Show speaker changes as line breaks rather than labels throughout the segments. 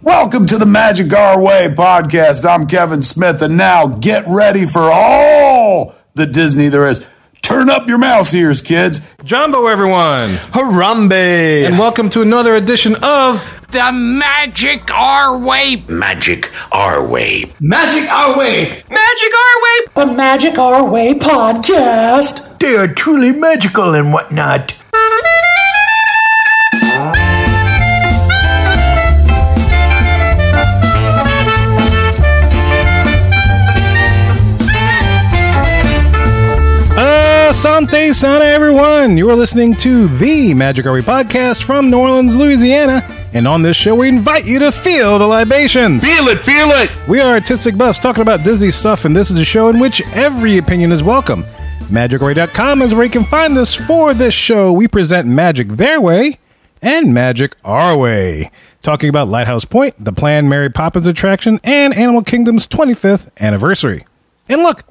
Welcome to the Magic Our Way podcast. I'm Kevin Smith, and now get ready for all the Disney there is. Turn up your mouse ears, kids.
Jumbo, everyone,
Harambe!
and welcome to another edition of
The magic our way.
Magic our way.
Magic our way.
Magic our way.
The Magic Our Way podcast.
They are truly magical and whatnot.
Asante Uh, Sana, everyone. You are listening to the Magic Are We podcast from New Orleans, Louisiana. And on this show, we invite you to feel the libations.
Feel it, feel it.
We are Artistic Bus talking about Disney stuff, and this is a show in which every opinion is welcome. MagicRay.com is where you can find us for this show. We present magic their way and magic our way. Talking about Lighthouse Point, the planned Mary Poppins attraction, and Animal Kingdom's 25th anniversary. And look,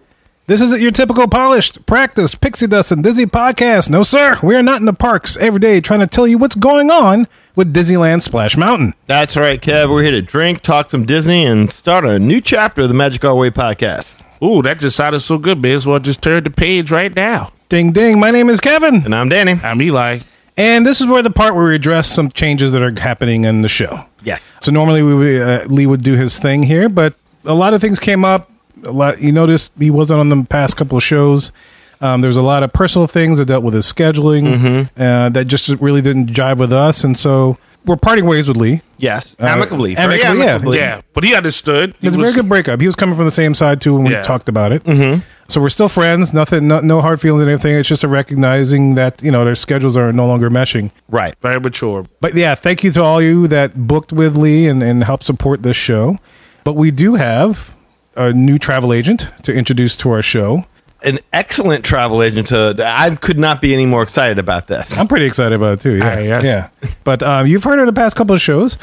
this isn't your typical polished, practiced, pixie dust and Disney podcast. No, sir. We are not in the parks every day trying to tell you what's going on with Disneyland Splash Mountain.
That's right, Kev. We're here to drink, talk some Disney, and start a new chapter of the Magic Our Way podcast.
Ooh, that just sounded so good. May as well just turn the page right now.
Ding, ding. My name is Kevin.
And I'm Danny.
I'm Eli.
And this is where the part where we address some changes that are happening in the show.
Yes.
So normally we would, uh, Lee would do his thing here, but a lot of things came up. A lot you noticed he wasn't on the past couple of shows. Um, There's a lot of personal things that dealt with his scheduling
Mm-hmm.
uh, that just really didn't jive with us, and so we're parting ways with Lee.
Yes. amicably. Very
Uh, amicably, yeah.
amicably.
Yeah, but he understood. He
It's a
was-
very good breakup. He was coming from the same side too when we
Yeah.
talked about it. Mm-hmm. So we're still friends. Nothing, no, no hard feelings and everything. It's just a recognizing that you know their schedules are no longer meshing.
Right.
Very mature.
But yeah, thank you to all you that booked with Lee and, and helped support this show. But we do have a new travel agent to introduce to our show.
An excellent travel agent. To, I could not be any more excited about this.
I'm pretty excited about it too. Yeah,
Ah, yes.
yeah. But um, you've heard her the past couple of shows,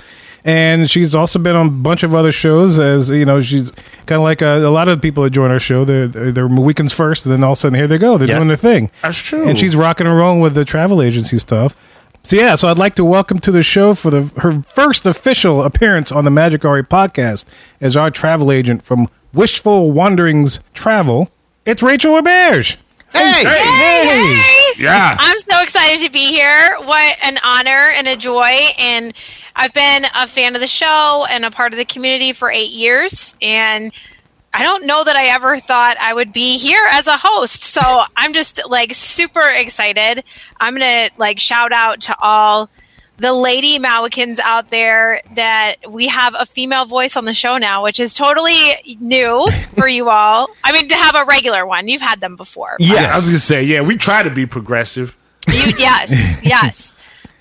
and she's also been on a bunch of other shows. As you know, she's kind of like uh, a, a lot of people that join our show. They're, they're they're weekends first, and then all of a sudden here they go. They're
Yes.
doing their thing.
That's true.
And she's rocking and rolling with the travel agency stuff. So yeah, so I'd like to welcome to the show for the her first official appearance on the Magic Ari podcast as our travel agent from Wishful Wanderings Travel. It's Rachel Auberge.
Hey!
hey.
Yeah.
I'm so excited to be here. What an honor and a joy. And I've been a fan of the show and a part of the community for eight years. And I don't know that I ever thought I would be here as a host. So I'm just like super excited. I'm going to like shout out to all the lady Mauicans out there that we have a female voice on the show now, which is totally new for you all. I mean, to have a regular one, you've had them before.
Yeah, I was gonna say. Yeah, we try to be progressive.
You, yes, yes.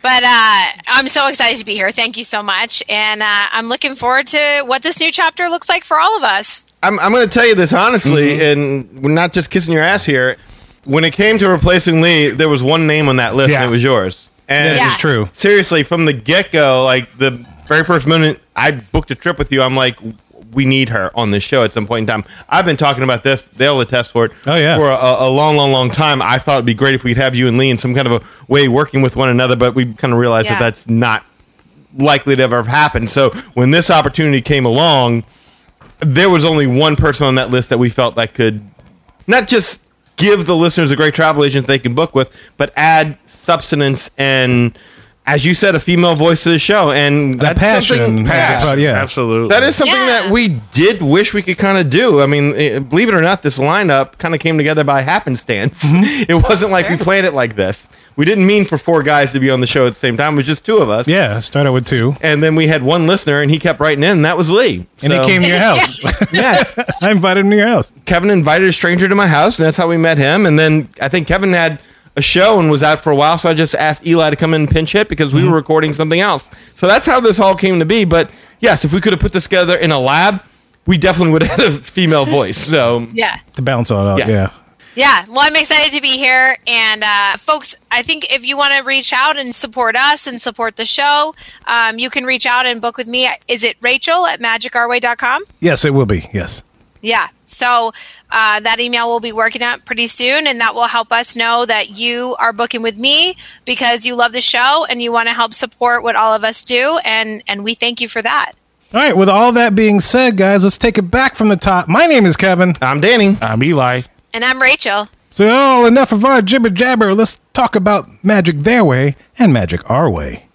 But uh, I'm so excited to be here. Thank you so much. And uh, I'm looking forward to what this new chapter looks like for all of us.
I'm, I'm going to tell you this honestly,
Mm-hmm.
and we're not just kissing your ass here. When it came to replacing Lee, there was one name on that list,
Yeah.
and it was yours. And
Yeah.
It's true.
seriously, from the get go, like the very first moment I booked a trip with you, I'm like, we need her on this show at some point in time. I've been talking about this; they'll attest for it.
Oh, yeah.
for a, a long, long, long time. I thought it'd be great if we'd have you and Lee in some kind of a way working with one another, but we kind of realized
Yeah.
that that's not likely to ever have happened. So when this opportunity came along, there was only one person on that list that we felt that could not just give the listeners a great travel agent they can book with, but add substance and, as you said, a female voice to the show. And that's
passion.
something-
Passion. But yeah.
absolutely.
Uh, That is something
Yeah.
that we did wish we could kind of do. I mean, eh, believe it or not, this lineup kind of came together by happenstance.
Mm-hmm.
It wasn't like we planned it like this. We didn't mean for four guys to be on the show at the same time. It was just two of us.
Yeah, start out with two.
And then we had one listener, and he kept writing in. and That was Lee.
And
So-
he came to your house.
Yes,
I invited him to your house.
Kevin invited a stranger to my house, and that's how we met him. And then I think Kevin had a show and was out for a while, so I just asked Eli to come in and pinch hit because we were recording something else. So that's how this all came to be. But yes, if we could have put this together in a lab, we definitely would have had a female voice. So
Yeah.
To balance all out.
Yeah.
Yeah.
Yeah. Well, I'm excited to be here. And uh, folks, I think if you want to reach out and support us and support the show, um, you can reach out and book with me. Is it Rachel at magicourway.com?
Yes, it will be. Yes.
Yeah. So uh, that email will be working out pretty soon, and that will help us know that you are booking with me because you love the show and you want to help support what all of us do, and and we thank you for that.
All right, with all that being said, guys, let's take it back from the top. My name is Kevin.
I'm Danny.
I'm Eli.
And I'm Rachel.
So, oh, enough of our jibber jabber. Let's talk about magic their way and magic our way.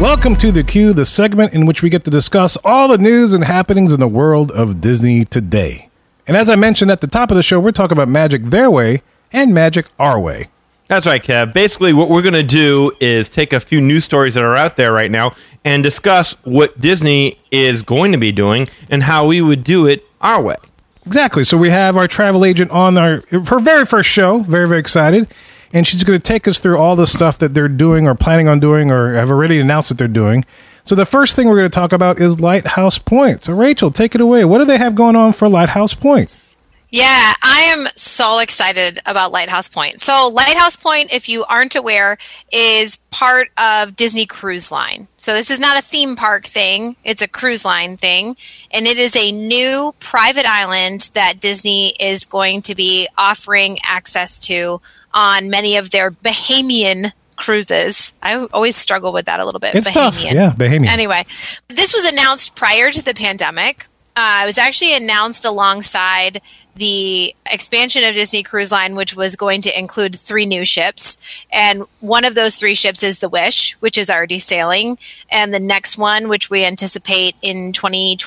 Welcome to The Q, the segment in which we get to discuss all the news and happenings in the world of Disney today. And as I mentioned at the top of the show, we're talking about magic their way and magic our way.
That's right, Kev. Basically, what we're going to do is take a few news stories that are out there right now and discuss what Disney is going to be doing and how we would do it our way.
Exactly. So we have our travel agent on our her very first show. Very very excited, and she's going to take us through all the stuff that they're doing or planning on doing or have already announced that they're doing. So the first thing we're going to talk about is Lighthouse Point. So Rachel, take it away. What do they have going on for Lighthouse Point?
Yeah, I am so excited about Lighthouse Point. So, Lighthouse Point, if you aren't aware, is part of Disney Cruise Line. So, this is not a theme park thing, it's a cruise line thing. And it is a new private island that Disney is going to be offering access to on many of their Bahamian cruises. I always struggle with that a little bit.
It's tough. Yeah, Bahamian.
Anyway, this was announced prior to the pandemic. Uh, it was actually announced alongside the expansion of Disney Cruise Line, which was going to include three new ships. And one of those three ships is the Wish, which is already sailing. And the next one, which we anticipate in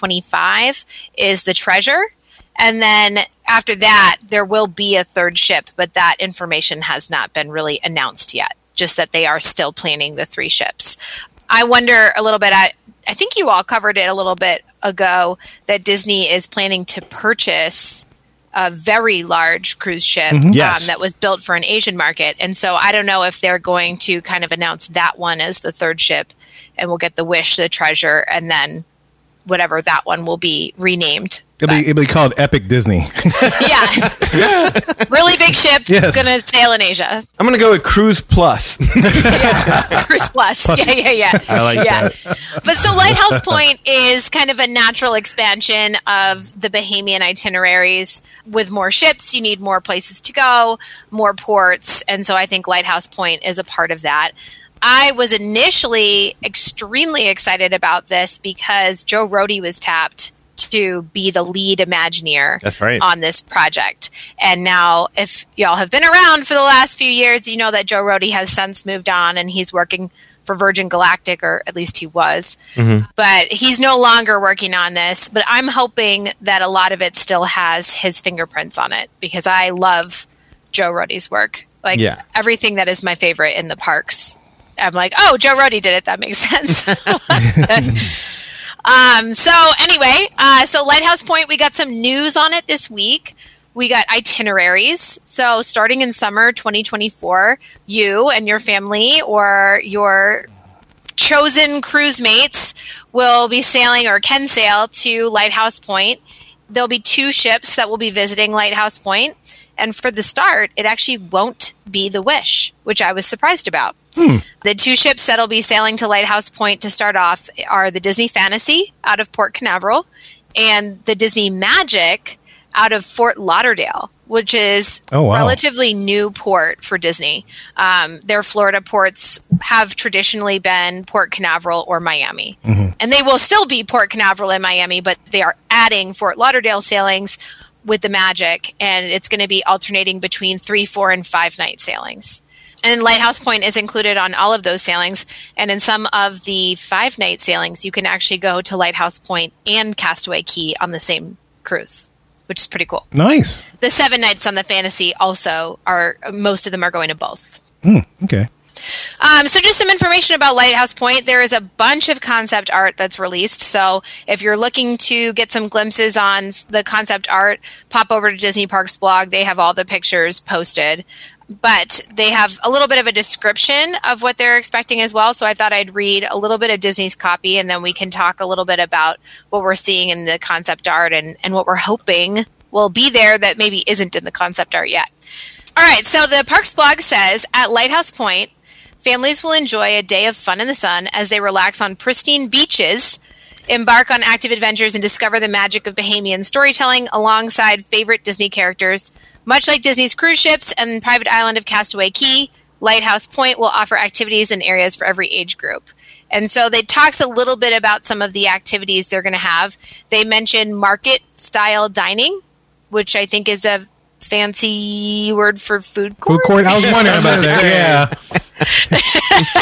2025, is the Treasure. And then after that, there will be a third ship, but that information has not been really announced yet, just that they are still planning the three ships. I wonder a little bit at I think you all covered it a little bit ago that Disney is planning to purchase a very large cruise ship
Yes.
um, that was built for an Asian market. And so I don't know if they're going to kind of announce that one as the third ship and we'll get the Wish, the Treasure, and then whatever that one will be renamed.
It'll be, it'll be called Epic Disney.
Yeah. really big ship going to sail in Asia.
I'm going to go with Cruise Plus.
Cruise Plus. Yeah, yeah, yeah. I like yeah. But so Lighthouse Point is kind of a natural expansion of the Bahamian itineraries. With more ships, you need more places to go, more ports. And so I think Lighthouse Point is a part of that. I was initially extremely excited about this because Joe Rohde was tapped to be the lead Imagineer
That's right.
on this project. And now, if y'all have been around for the last few years, you know that Joe Rohde has since moved on and he's working for Virgin Galactic, or at least he was. But he's no longer working on this. But I'm hoping that a lot of it still has his fingerprints on it because I love Joe Rohde's work. Like
Yeah.
everything that is my favorite in the parks. I'm like, oh, Joe Rohde did it. That makes sense. Um, so anyway, uh, so Lighthouse Point, we got some news on it this week. We got itineraries. So starting in summer 2024, you and your family or your chosen cruise mates will be sailing or can sail to Lighthouse Point. There'll be two ships that will be visiting Lighthouse Point. And for the start, it actually won't be the Wish, which I was surprised about. The two ships that'll be sailing to Lighthouse Point to start off are the Disney Fantasy out of Port Canaveral and the Disney Magic out of Fort Lauderdale, which is
Oh, wow.
relatively new port for Disney. Um, their Florida ports have traditionally been Port Canaveral or Miami,
Mm-hmm.
and they will still be Port Canaveral and Miami, but they are adding Fort Lauderdale sailings with the Magic, and it's going to be alternating between three, four, and five night sailings. And Lighthouse Point is included on all of those sailings. And in some of the five night sailings, you can actually go to Lighthouse Point and Castaway Key on the same cruise, which is pretty cool.
nice.
The seven nights on the fantasy also are, most of them are going to both.
Okay.
Um, so, just some information about Lighthouse Point. There is a bunch of concept art that's released. So, if you're looking to get some glimpses on s- the concept art, pop over to Disney Parks blog. They have all the pictures posted. But they have a little bit of a description of what they're expecting as well. So, I thought I'd read a little bit of Disney's copy and then we can talk a little bit about what we're seeing in the concept art and, and what we're hoping will be there that maybe isn't in the concept art yet. All right. So, the Parks blog says at Lighthouse Point, Families will enjoy a day of fun in the sun as they relax on pristine beaches Embark on active adventures and discover the magic of Bahamian storytelling alongside favorite Disney characters. Much like Disney's cruise ships and private island of Castaway Key, Lighthouse Point will offer activities and areas for every age group. And so they talks a little bit about some of the activities they're going to have. They mention market style dining, which I think is a fancy word for food court.
Food court. I was wondering about that. Yeah,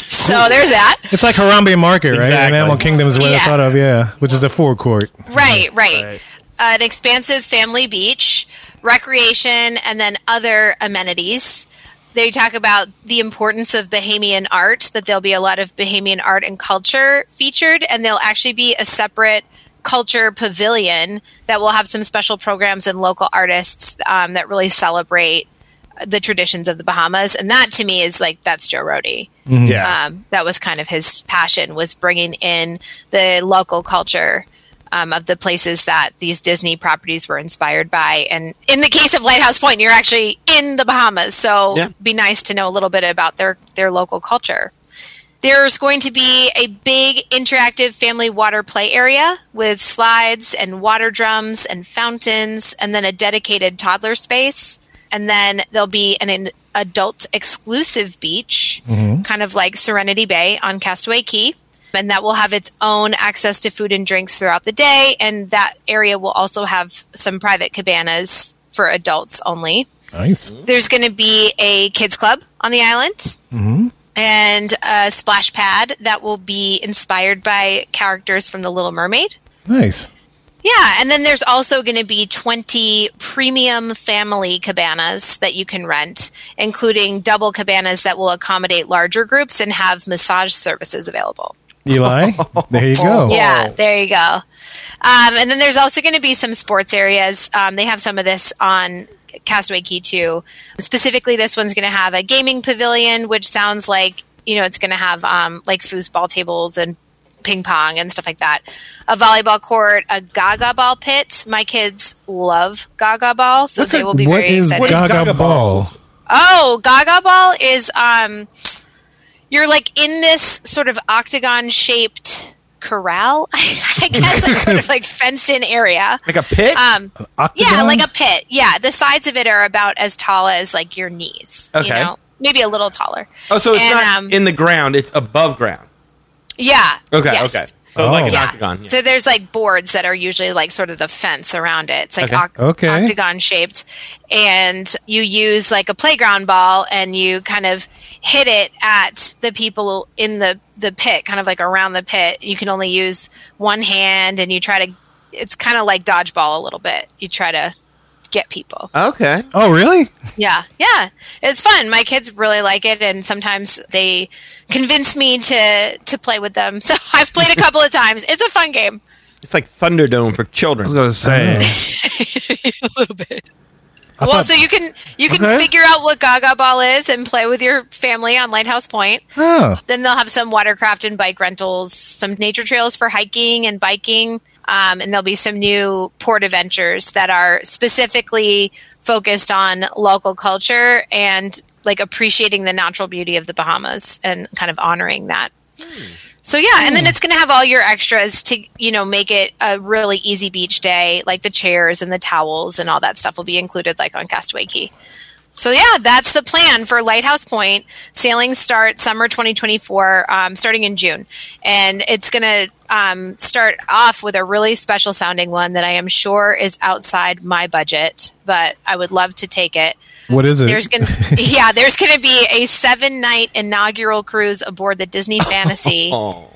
So there's that.
it's like Harambe Market, right? In
Exactly.
Animal Kingdom is what I
Yeah.
thought of. Yeah, which is a food court.
Right, right. Uh, an expansive family beach, recreation, and then other amenities. They talk about the importance of Bahamian art, that there'll be a lot of Bahamian art and culture featured, and there'll actually be a separate culture pavilion that will have some special programs and local artists um, that really celebrate the traditions of the Bahamas. And that to me is like, that's Joe Rody
Yeah.
um, that was kind of his passion was bringing in the local culture um, of the places that these Disney properties were inspired by. And in the case of Lighthouse Point, you're actually in the Bahamas, so
Yeah.
be nice to know a little bit about their their local culture. There's going to be a big interactive family water play area with slides and water drums and fountains, and then a dedicated toddler space. And then there'll be an, an adult exclusive beach, kind of like Serenity Bay on Castaway Key. And that will have its own access to food and drinks throughout the day. And that area will also have some private cabanas for adults only
Nice.
there's going to be a kids club on the island and a splash pad that will be inspired by characters from the little mermaid
Nice.
yeah and then there's also going to be 20 premium family cabanas that you can rent including double cabanas that will accommodate larger groups and have massage services available
Eli, there you go.
yeah, there you go. Um, and then there's also going to be some sports areas. Um, they have some of this on Castaway Key too. Specifically, this one's going to have a gaming pavilion, which sounds like you know it's going to have um, like foosball tables and ping pong and stuff like that. A volleyball court, a Gaga ball pit. My kids love Gaga ball, so
What's
they
a-
will be
What
very
is
excited.
Gaga,
Gaga
Ball?
Oh, Gaga Ball is um you're like in this sort of octagon shaped corral, I guess, like sort of like fenced in area.
Like a pit?
Um
Octagon?
yeah, like a pit. Yeah, the sides of it are about as tall as like your knees,
Okay.
you know. Maybe a little taller.
oh, so it's
and,
not
um,
in the ground, it's above ground.
Yeah.
Okay,
yes.
okay. So like an
Yeah.
octagon. Yeah.
So there's like boards that are usually like sort of the fence around it. It's like
Okay.
oc-
Okay.
octagon shaped. And you use like a playground ball and you kind of hit it at the people in the, the pit, kind of like around the pit. You can only use one hand and you try to, it's kind of like dodgeball a little bit. You try to get people.
okay.
Oh, really?
Yeah, yeah, it's fun. My kids really like it, and sometimes they convince me to to play with them. So I've played a couple of times. It's a fun game.
It's like Thunderdome for
I was
children.
gonna say.
well, so you can you can
Okay.
figure out what Gaga Ball is and play with your family on Lighthouse Point.
Oh,
Then they'll have some watercraft and bike rentals, some nature trails for hiking and biking, um, and there'll be some new port adventures that are specifically focused on local culture and like appreciating the natural beauty of the Bahamas and kind of honoring that. So yeah, and then it's going to have all your extras to you know make it a really easy beach day, like the chairs and the towels and all that stuff will be included, like on Castaway Key. So yeah, that's the plan for Lighthouse Point. Sailings start summer 2024, um, starting in June, and it's going to um, start off with a really special sounding one that I am sure is outside my budget, but I would love to take it.
what is it?
There's gonna yeah, there's gonna be a seven night inaugural cruise aboard the Disney Fantasy,
Oh.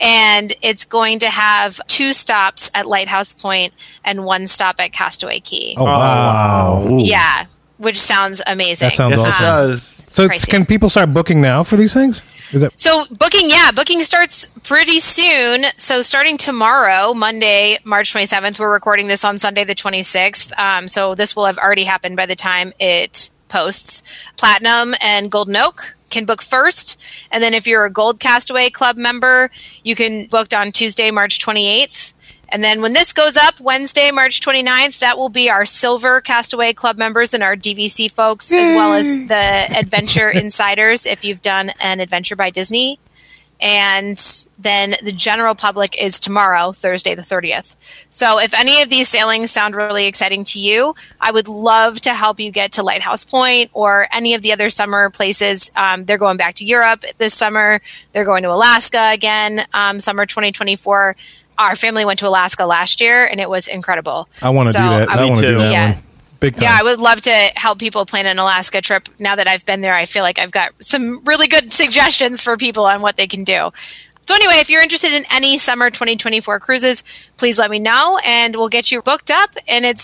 and it's going to have two stops at Lighthouse Point and one stop at Castaway Key.
oh, wow.
Yeah, which sounds amazing.
That sounds
Yes, it
awesome.
does.
So
pricey.
can people start booking now for these things? Is that
So booking, yeah, booking starts pretty soon. So starting tomorrow, Monday, March 27th, we're recording this on Sunday the 26th. Um, so this will have already happened by the time it posts. Platinum and Golden Oak can book first, and then if you're a Gold Castaway Club member, you can booked on Tuesday, March 28th. And then when this goes up Wednesday, March 29th, that will be our Silver Castaway Club members and our DVC folks, as well as the Adventure Insiders if you've done an Adventure by Disney. and then the general public is tomorrow, Thursday the 30th. So if any of these sailings sound really exciting to you, I would love to help you get to Lighthouse Point or any of the other summer places. Um, they're going back to Europe this summer. They're going to Alaska again, um, summer 2024. Our family went to Alaska last year and it was incredible.
I want to
So
do that. I
would-
want to
too.
do that
Yeah.
one. Big time.
yeah, I would love to help people plan an Alaska trip. Now that I've been there, I feel like I've got some really good suggestions for people on what they can do. So, anyway, if you're interested in any summer 2024 cruises, please let me know and we'll get you booked up. And it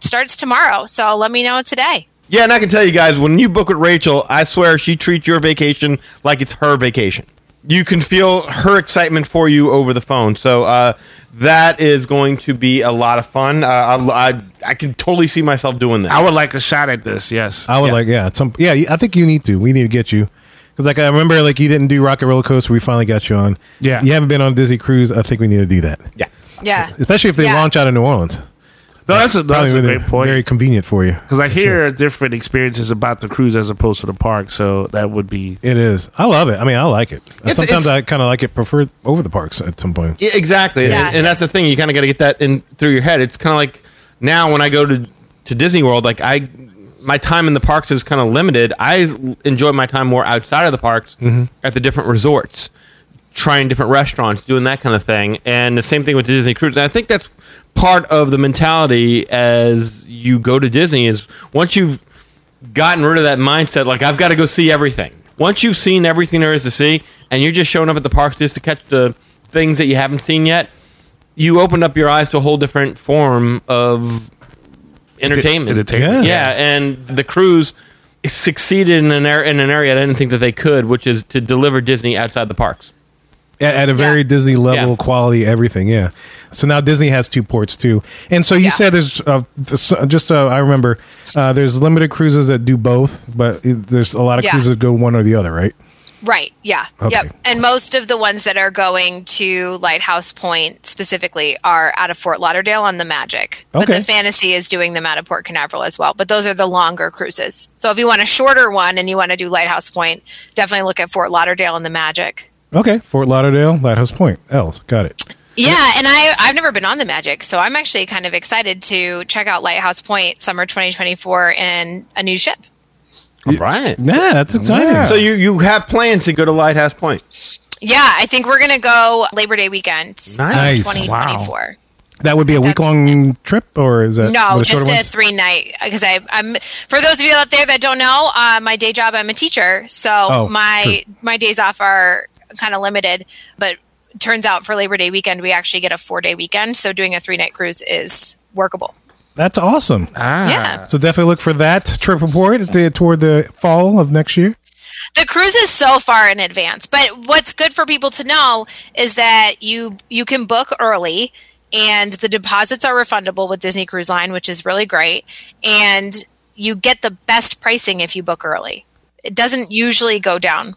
starts tomorrow. So, let me know today.
Yeah, and I can tell you guys, when you book with Rachel, I swear she treats your vacation like it's her vacation. You can feel her excitement for you over the phone. So uh, that is going to be a lot of fun. Uh, I, I, I can totally see myself doing that.
I would like a shot at this. Yes.
I would
Yeah.
like, yeah, at some, yeah. I think you need to. We need to get you because, like, I remember, like, you didn't do Rocket Roller Coaster. We finally got you on.
Yeah.
you haven't been on Disney Cruise. I think we need to do that,
Yeah.
Yeah.
especially if they
Yeah.
launch out of New Orleans.
no, that's a, that's a
really
great point.
Very convenient for you.
Because I hear different experiences about the cruise as opposed to the park, so that would be.
It is. I love it. I mean, I like it.
It's-
Sometimes I
it's-
kind of like it preferred over the parks at some point.
Yeah, exactly.
Yeah.
And, and that's the thing. You kind of got to get that in through your head. It's kind of like now when I go to, to Disney World, like I, my time in the parks is kind of limited. I l- enjoy my time more outside of the parks at the different resorts, trying different restaurants, doing that kind of thing. And the same thing with the Disney cruise. And I think that's part of the mentality as you go to Disney is once you've gotten rid of that mindset, like I've got to go see everything. Once you've seen everything there is to see, and you're just showing up at the parks just to catch the things that you haven't seen yet, you opened up your eyes to a whole different form of entertainment.
Entertainment.
Yeah, and the cruise succeeded in an, ar- in an area I didn't think that they could, which is to deliver Disney outside the parks.
at, at a very Disney level
Yeah.
quality everything. Yeah. So now Disney has two ports too, and so you
Yeah.
said there's uh, s- just uh, I remember uh, there's limited cruises that do both, but it- there's a lot of
Yeah.
cruises that go one or the other, right?
Right. Yeah.
Okay.
Yep. And most of the ones that are going to Lighthouse Point specifically are out of Fort Lauderdale on the Magic. But
Okay.
the Fantasy is doing them out of Port Canaveral as well. But those are the longer cruises. So if you want a shorter one and you want to do Lighthouse Point, definitely look at Fort Lauderdale and the Magic.
Okay, Fort Lauderdale, Lighthouse Point, L's, got it.
Yeah, and I I've never been on the Magic, so I'm actually kind of excited to check out Lighthouse Point summer 2024 and a new ship.
All right.
Yeah, that's exciting.
So you, you have plans to go to Lighthouse Point.
Yeah, I think we're gonna go Labor Day weekend,
Nice.
2024.
that would be a week long trip, or is that one of
No,
the shorter
just a
ones?
three night because I, I'm for those of you out there that don't know, uh, my day job I'm a teacher, so
Oh,
my my days off are kind of limited. But turns out for Labor Day weekend we actually get a four day weekend, so doing a three night cruise is workable.
That's awesome.
Ah.
Yeah,
So definitely look for that trip report at the- toward the fall of next year.
the cruise is so far in advance, but what's good for people to know is that you you can book early. And the deposits are refundable with Disney Cruise Line, which is really great. And you get the best pricing if you book early. it doesn't usually go down.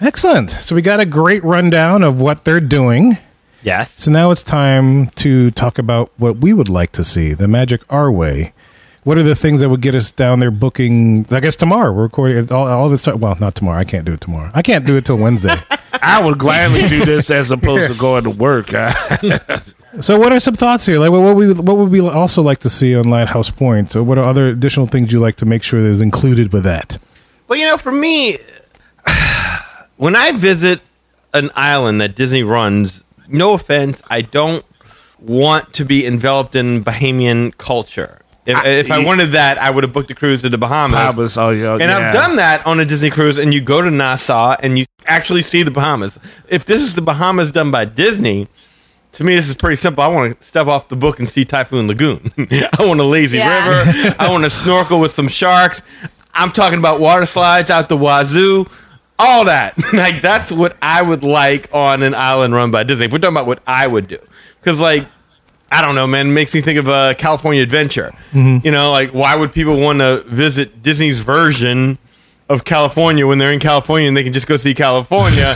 Excellent. So we got a great rundown of what they're doing.
Yes.
So now it's time to talk about what we would like to see the magic our way. What are the things that would get us down there booking? I guess tomorrow we're recording all, all of it. Start, well, not tomorrow. I can't do it tomorrow. I can't do it till Wednesday.
I would gladly do this as opposed to going to work. Uh,
so, what are some thoughts here? Like, what would we what would we also like to see on Lighthouse Point? So, what are other additional things you like to make sure is included with that?
Well, you know, for me, when I visit an island that Disney runs, no offense, I don't want to be enveloped in Bahamian culture. If I, if I
you-
wanted that, I would have booked a cruise to the Bahamas.
Bahamas, oh, yeah,
and
yeah.
I've done that on a Disney cruise, and you go to Nassau and you actually see the Bahamas. If this is the Bahamas done by Disney, to me, this is pretty simple. I want to step off the book and see Typhoon Lagoon. I want a lazy
Yeah.
river. I want to snorkel with some sharks. I'm talking about water slides out the wazoo, all that. like that's what I would like on an island run by Disney. If we're talking about what I would do, because like I don't know, man, makes me think of a California Adventure. You know, like why would people want to visit Disney's version? Of California when they're in California and they can just go see California.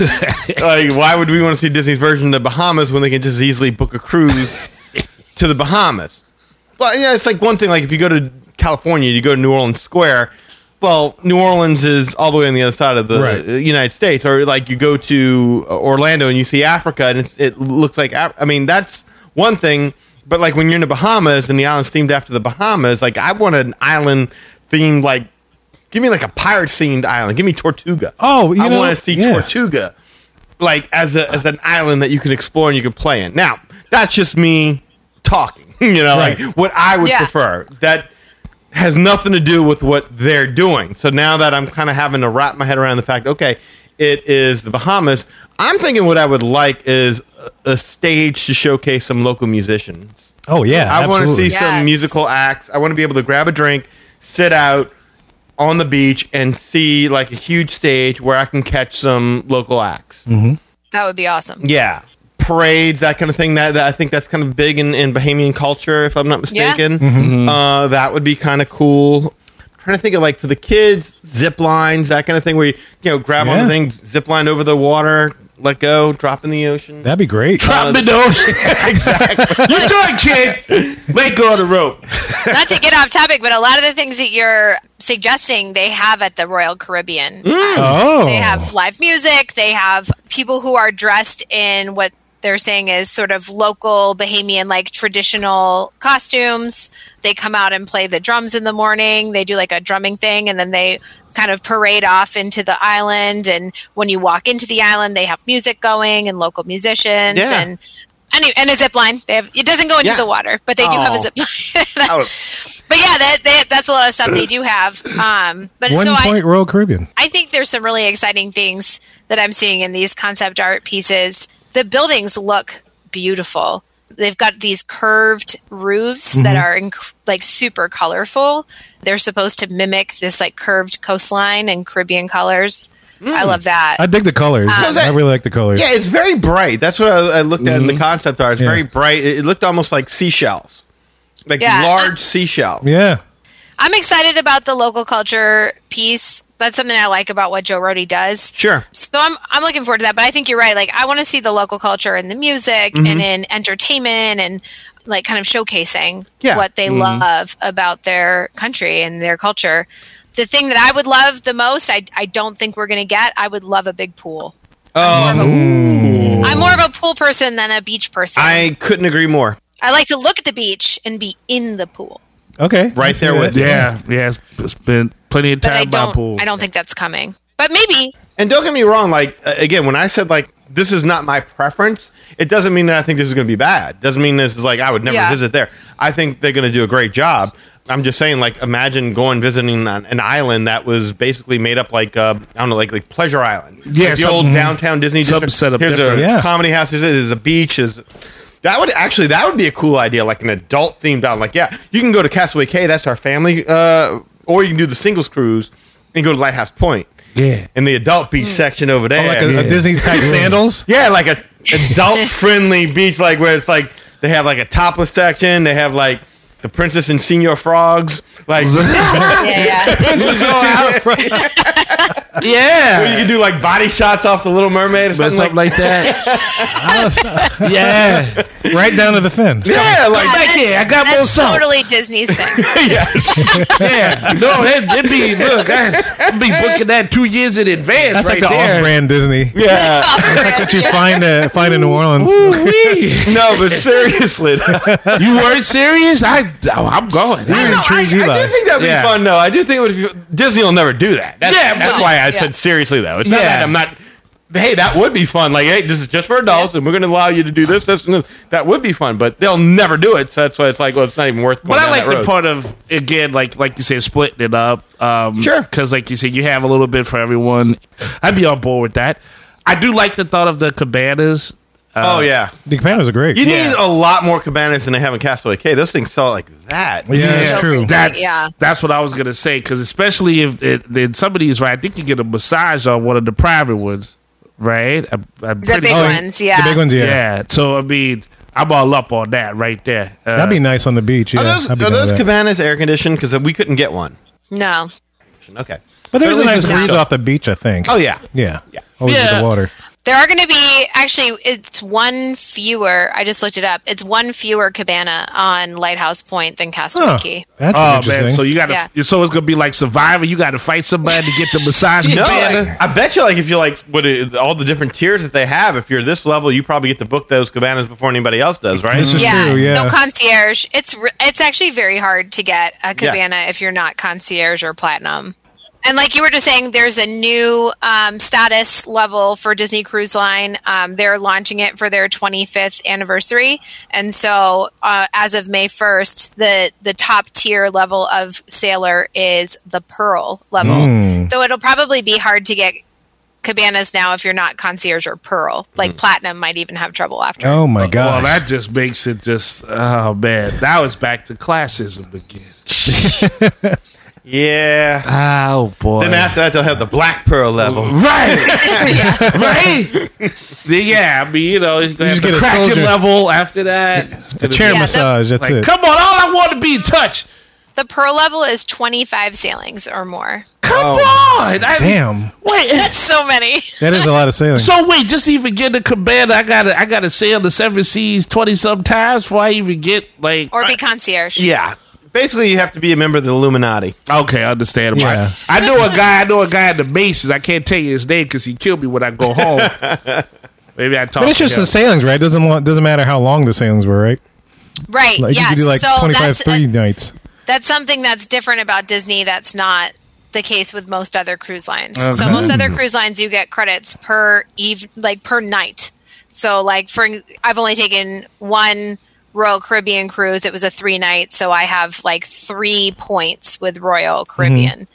like, why would we want to see Disney's version of the Bahamas when they can just easily book a cruise to the Bahamas. Well, yeah, it's like one thing. Like if you go to California, you go to New Orleans Square. well, New Orleans is all the way on the other side of the
Right.
uh, United States, or like you go to uh, Orlando and you see Africa, and it, it looks like Af- I mean that's one thing, but like when you're in the Bahamas and the island's themed after the Bahamas, like I want an island themed like give me like a pirate themed island, give me Tortuga.
Oh, you
I
know,
want to see
yeah.
Tortuga, like as a as an island that you can explore and you can play in. Now that's just me talking, you know,
Right.
like what I would
Yeah.
prefer that has nothing to do with what they're doing. So now that I'm kind of having to wrap my head around the fact, okay, it is the Bahamas. I'm thinking what I would like is a, a stage to showcase some local musicians.
Oh yeah,
I want to see
absolutely.
Yes.
some musical acts. I want to be able to grab a drink, sit out on the beach, and see like a huge stage where I can catch some local acts.
That would be awesome.
Yeah. Parades, that kind of thing. That, that I think that's kind of big in, in Bahamian culture, if I'm not mistaken.
Mm-hmm.
Uh, that would be kind of cool. I'm trying to think of like for the kids, zip lines, that kind of thing, where you you know grab on
Yeah.
the thing, zip line over the water, let go, drop in the ocean.
That'd be great.
Drop me the ocean. you doing, kid? Let go of the rope.
Not to get off topic, but a lot of the things that you're suggesting, they have at the Royal Caribbean.
oh,
They have live music. They have people who are dressed in what they're saying is sort of local Bahamian, like traditional costumes. They come out and play the drums in the morning. They do like a drumming thing and then they kind of parade off into the island. And when you walk into the island, they have music going and local musicians
Yeah.
and. Any, and a zip line. They have, it doesn't go into
Yeah.
the water, but they do have a
Oh.
zip line.
Oh,
but yeah, that, that, that's a lot of stuff they do have. Um, but
one
so I,
point Royal Caribbean.
I think there's some really exciting things that I'm seeing in these concept art pieces. The buildings look beautiful. They've got these curved roofs that are inc- like super colorful. They're supposed to mimic this like curved coastline and Caribbean colors. I love that.
I dig the colors.
Uh,
I really like the colors.
yeah, it's very bright. That's what I, I looked at in the concept art. It's
Mm-hmm. Yeah.
very bright. It, it looked almost like seashells, like
Yeah.
large seashells.
Yeah.
I'm excited about the local culture piece. That's something I like about what Joe Rody does.
Sure.
So I'm I'm looking forward to that. But I think you're right. Like I want to see the local culture and the music and in entertainment and like kind of showcasing
Yeah.
what they love about their country and their culture. The thing that I would love the most, I I don't think we're gonna get. I would love a big pool.
Um,
I'm more of a pool person than a beach person. Oh. I,
I couldn't agree more.
like to look at the beach and be in the pool.
Okay.
Right there
Yeah.
with you.
Yeah, yeah. It's, it's been plenty of
But I
time by
don't
pool.
I don't think that's coming. But maybe
And don't get me wrong, like uh, again, when I said like this is not my preference, it doesn't mean that I think this is going to be bad. Doesn't mean this is like I would never
Yeah.
visit there. I think they're going to do a great job. I'm just saying, like, imagine going visiting an, an island that was basically made up like uh, I don't know, like like Pleasure Island.
Yeah,
like the
some-
old downtown Disney
some
district.
set up
Here's a
different.
Yeah.
comedy house. There's a, there's a beach. Is that would actually that would be a cool idea, like an adult themed island. Like, yeah, you can go to Castaway Cay. That's our family. Uh, or you can do the singles cruise and go to Lighthouse Point.
Yeah.
In the adult beach section over there.
Like a,
Mm. yeah.
a Disney type sandals.
like a adult friendly beach, like where it's like they have like a topless section. They have like the princess and senior frogs. Like
yeah, yeah.
princess and senior frogs.
Yeah,
You can do like body shots off the Little Mermaid or
but
something,
something
like,
like that.
Yeah. right down to the fin.
Yeah, like
Right
That's-
there, I got more
that's
salt.
totally Disney's thing.
Yeah, no, that would be look. That's, I'd be booking that two years in advance.
That's
right
like the
there.
off-brand Disney.
yeah.
That's what you find uh, find in New Orleans.
No, but seriously,
You weren't serious? I, oh, I'm going.
You're
No,
intrigued,
I, I
Eli.
do think that would
Yeah.
be fun, though. I do think it would be, Disney will never do that. That's,
Yeah,
that's
but-
why I
yeah.
said seriously, though. It's not
Yeah.
that I'm not. Hey, that would be fun. Like, hey, this is just for adults, and we're going to allow you to do this, this, and this. That would be fun, but they'll never do it. So that's why it's like, well, it's not even worth. Going
But I
down
like
that
the
road.
part of again, like like you said, splitting it up. Um,
Sure.
because like you said, you have a little bit for everyone. I'd be on board with that. I do like the thought of the cabanas.
Oh yeah,
The cabanas are great.
you
yeah.
need a lot more cabanas than they have in Castaway Cay. Those things sell like that.
yeah,
Yeah.
that's true.
That's
Yeah.
that's what I was gonna say. Because especially if it, then somebody's right, I think you get a massage on one of the private ones, right? I, I'm
The big
Oh, and
ones, yeah.
The big ones, yeah.
yeah. So I mean, I'm all up on that right there. Uh,
That'd be nice on the beach. Yeah.
Are those,
I'd be
are
down with
those
that.
cabanas air conditioned? Because we couldn't get one.
No.
Okay,
But there's
But
a
at
nice
least it's
breeze
not-
off the beach, I think.
Oh yeah,
Yeah.
Yeah.
Always with
Yeah.
the water.
There are going to be actually it's one fewer. I just looked it up. It's one fewer cabana on Lighthouse Point than
Huh.
Castaway Key.
That's
Oh
interesting.
man, so you got to
Yeah.
so it's gonna be like Survivor. You got to fight somebody to get the massage
No,
cabana.
I bet you like if you like what it, all the different tiers that they have. If you're this level, you probably get to book those cabanas before anybody else does, right?
This is
Yeah,
true, yeah.
no concierge. It's re- it's actually very hard to get a cabana if you're not concierge or platinum. And like you were just saying, there's a new um, status level for Disney Cruise Line. Um, they're launching it for their 25th anniversary, and so uh, as of May 1st, the the top tier level of sailor is the Pearl level.
Hmm.
So it'll probably be hard to get cabanas now if you're not concierge or Pearl. Like platinum might even have trouble after.
oh my god.
Well, that just makes it just oh man. Now it's back to classism again.
Yeah.
Oh boy.
Then after that, they'll have the black pearl level.
Right, right. Yeah, I mean, you know, you
just get
the
a
Kraken
soldier.
level after that. It's gonna
Chair
Yeah, that-
massage. That's
like,
it.
come on, all I want to be in touch.
The pearl level is 25 sailings or more.
Come on, I,
Oh, Damn,
Wait,
That's so many.
that is a lot of sailing.
so wait, just even get a cabana, I gotta, I gotta sail the seven seas twenty some times before I even get like.
Or be concierge.
Yeah. Basically, you have to be a member of the Illuminati.
Okay, understandable.
Yeah.
I, I know a guy. I know a guy in the Masons. I can't tell you his name because he killed me when I go home. Maybe I talk.
but it's
to
just
him.
the sailings, right? Doesn't lo- doesn't matter how long the sailings were, right?
Right.
Like
yes.
you could do like
so
25
that's,
three nights.
that's something that's different about Disney that's not the case with most other cruise lines. So most other
Mm-hmm.
cruise lines you get credits per eve like per night. So like for I've only taken one Royal Caribbean cruise. It was a 3 night, so I have like 3 points with Royal
Mm-hmm.
Caribbean.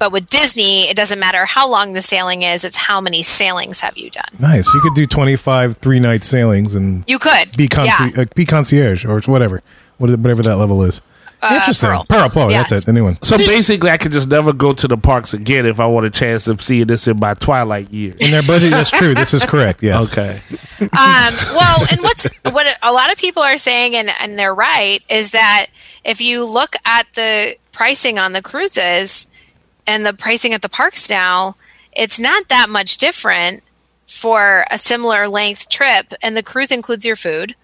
But with Disney, it doesn't matter how long the sailing is, it's how many sailings have you done.
Nice. You could do 25 three night sailings and
You could
be, conci-
yeah.
uh, be concierge or whatever, what- whatever that level is. Interesting.
Uh, Pearl.
Pearl, Pearl,
Yeah.
That's it. Anyone?
So basically, I could just never go to the parks again if I want a chance of seeing this in my twilight years.
In their budget, that's true. This is correct. Yes.
Okay.
Um, well, and what's what a lot of people are saying, and and they're right, is that if you look at the pricing on the cruises and the pricing at the parks now, it's not that much different for a similar length trip, and the cruise includes your food.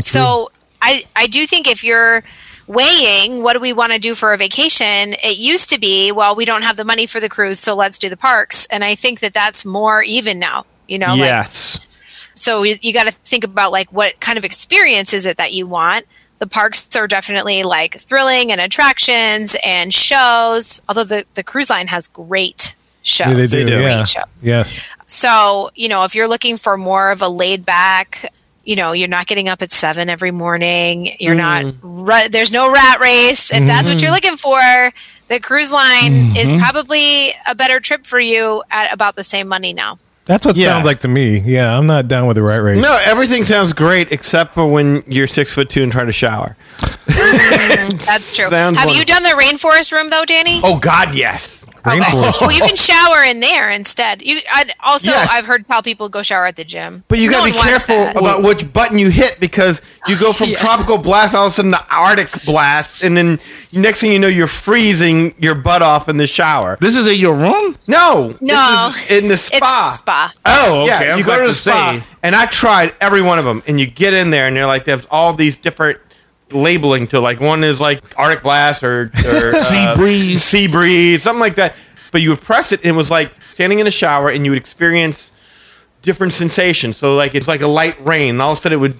So I I do think if you're weighing what do we want to do for a vacation, it used to be well we don't have the money for the cruise, so let's do the parks, and I think that that's more even now. You know, like
yes.
so you, you got to think about like what kind of experience is it that you want. The parks are definitely like thrilling and attractions and shows. Although the the cruise line has great shows.
Yeah, they do.
do.
Yeah.
Great shows.
Yes.
So, you know, if you're looking for more of a laid back, you know, you're not getting up at seven every morning. You're
Mm.
not, ru- there's no rat race. If that's what you're
Mm-hmm.
looking for, the cruise line is probably a better trip for you at about the same money now.
That's what it
Yeah.
sounds like to me. Yeah. I'm not down with the right race.
No, everything sounds great except for when you're six foot two and trying to shower.
That's true.
Sounds
Have you
wonderful.
done the rainforest room though, Danny?
Oh God, yes.
Rainforest.
Well, you can shower in there instead. You i also
Yes.
I've heard tell people go shower at the gym.
But you
No
gotta
one
be
wants
careful
that.
about which button you hit because you go from tropical blast all of a sudden to Arctic blast, and then next thing you know, you're freezing your butt off in the shower.
This is in your room?
No,
No.
this is in the spa.
It's spa.
Oh, okay.
Yeah,
I'm
you go
about
to the spa,
say.
and I tried every one of them, and you get in there, and you're like, there's all these different labeling to like one is like Arctic blast or, or
Sea
uh,
breeze.
sea breeze, something like that. But you would press it, and it was like standing in a shower, and you would experience different sensations. So like it's like a light rain, and all of a sudden it would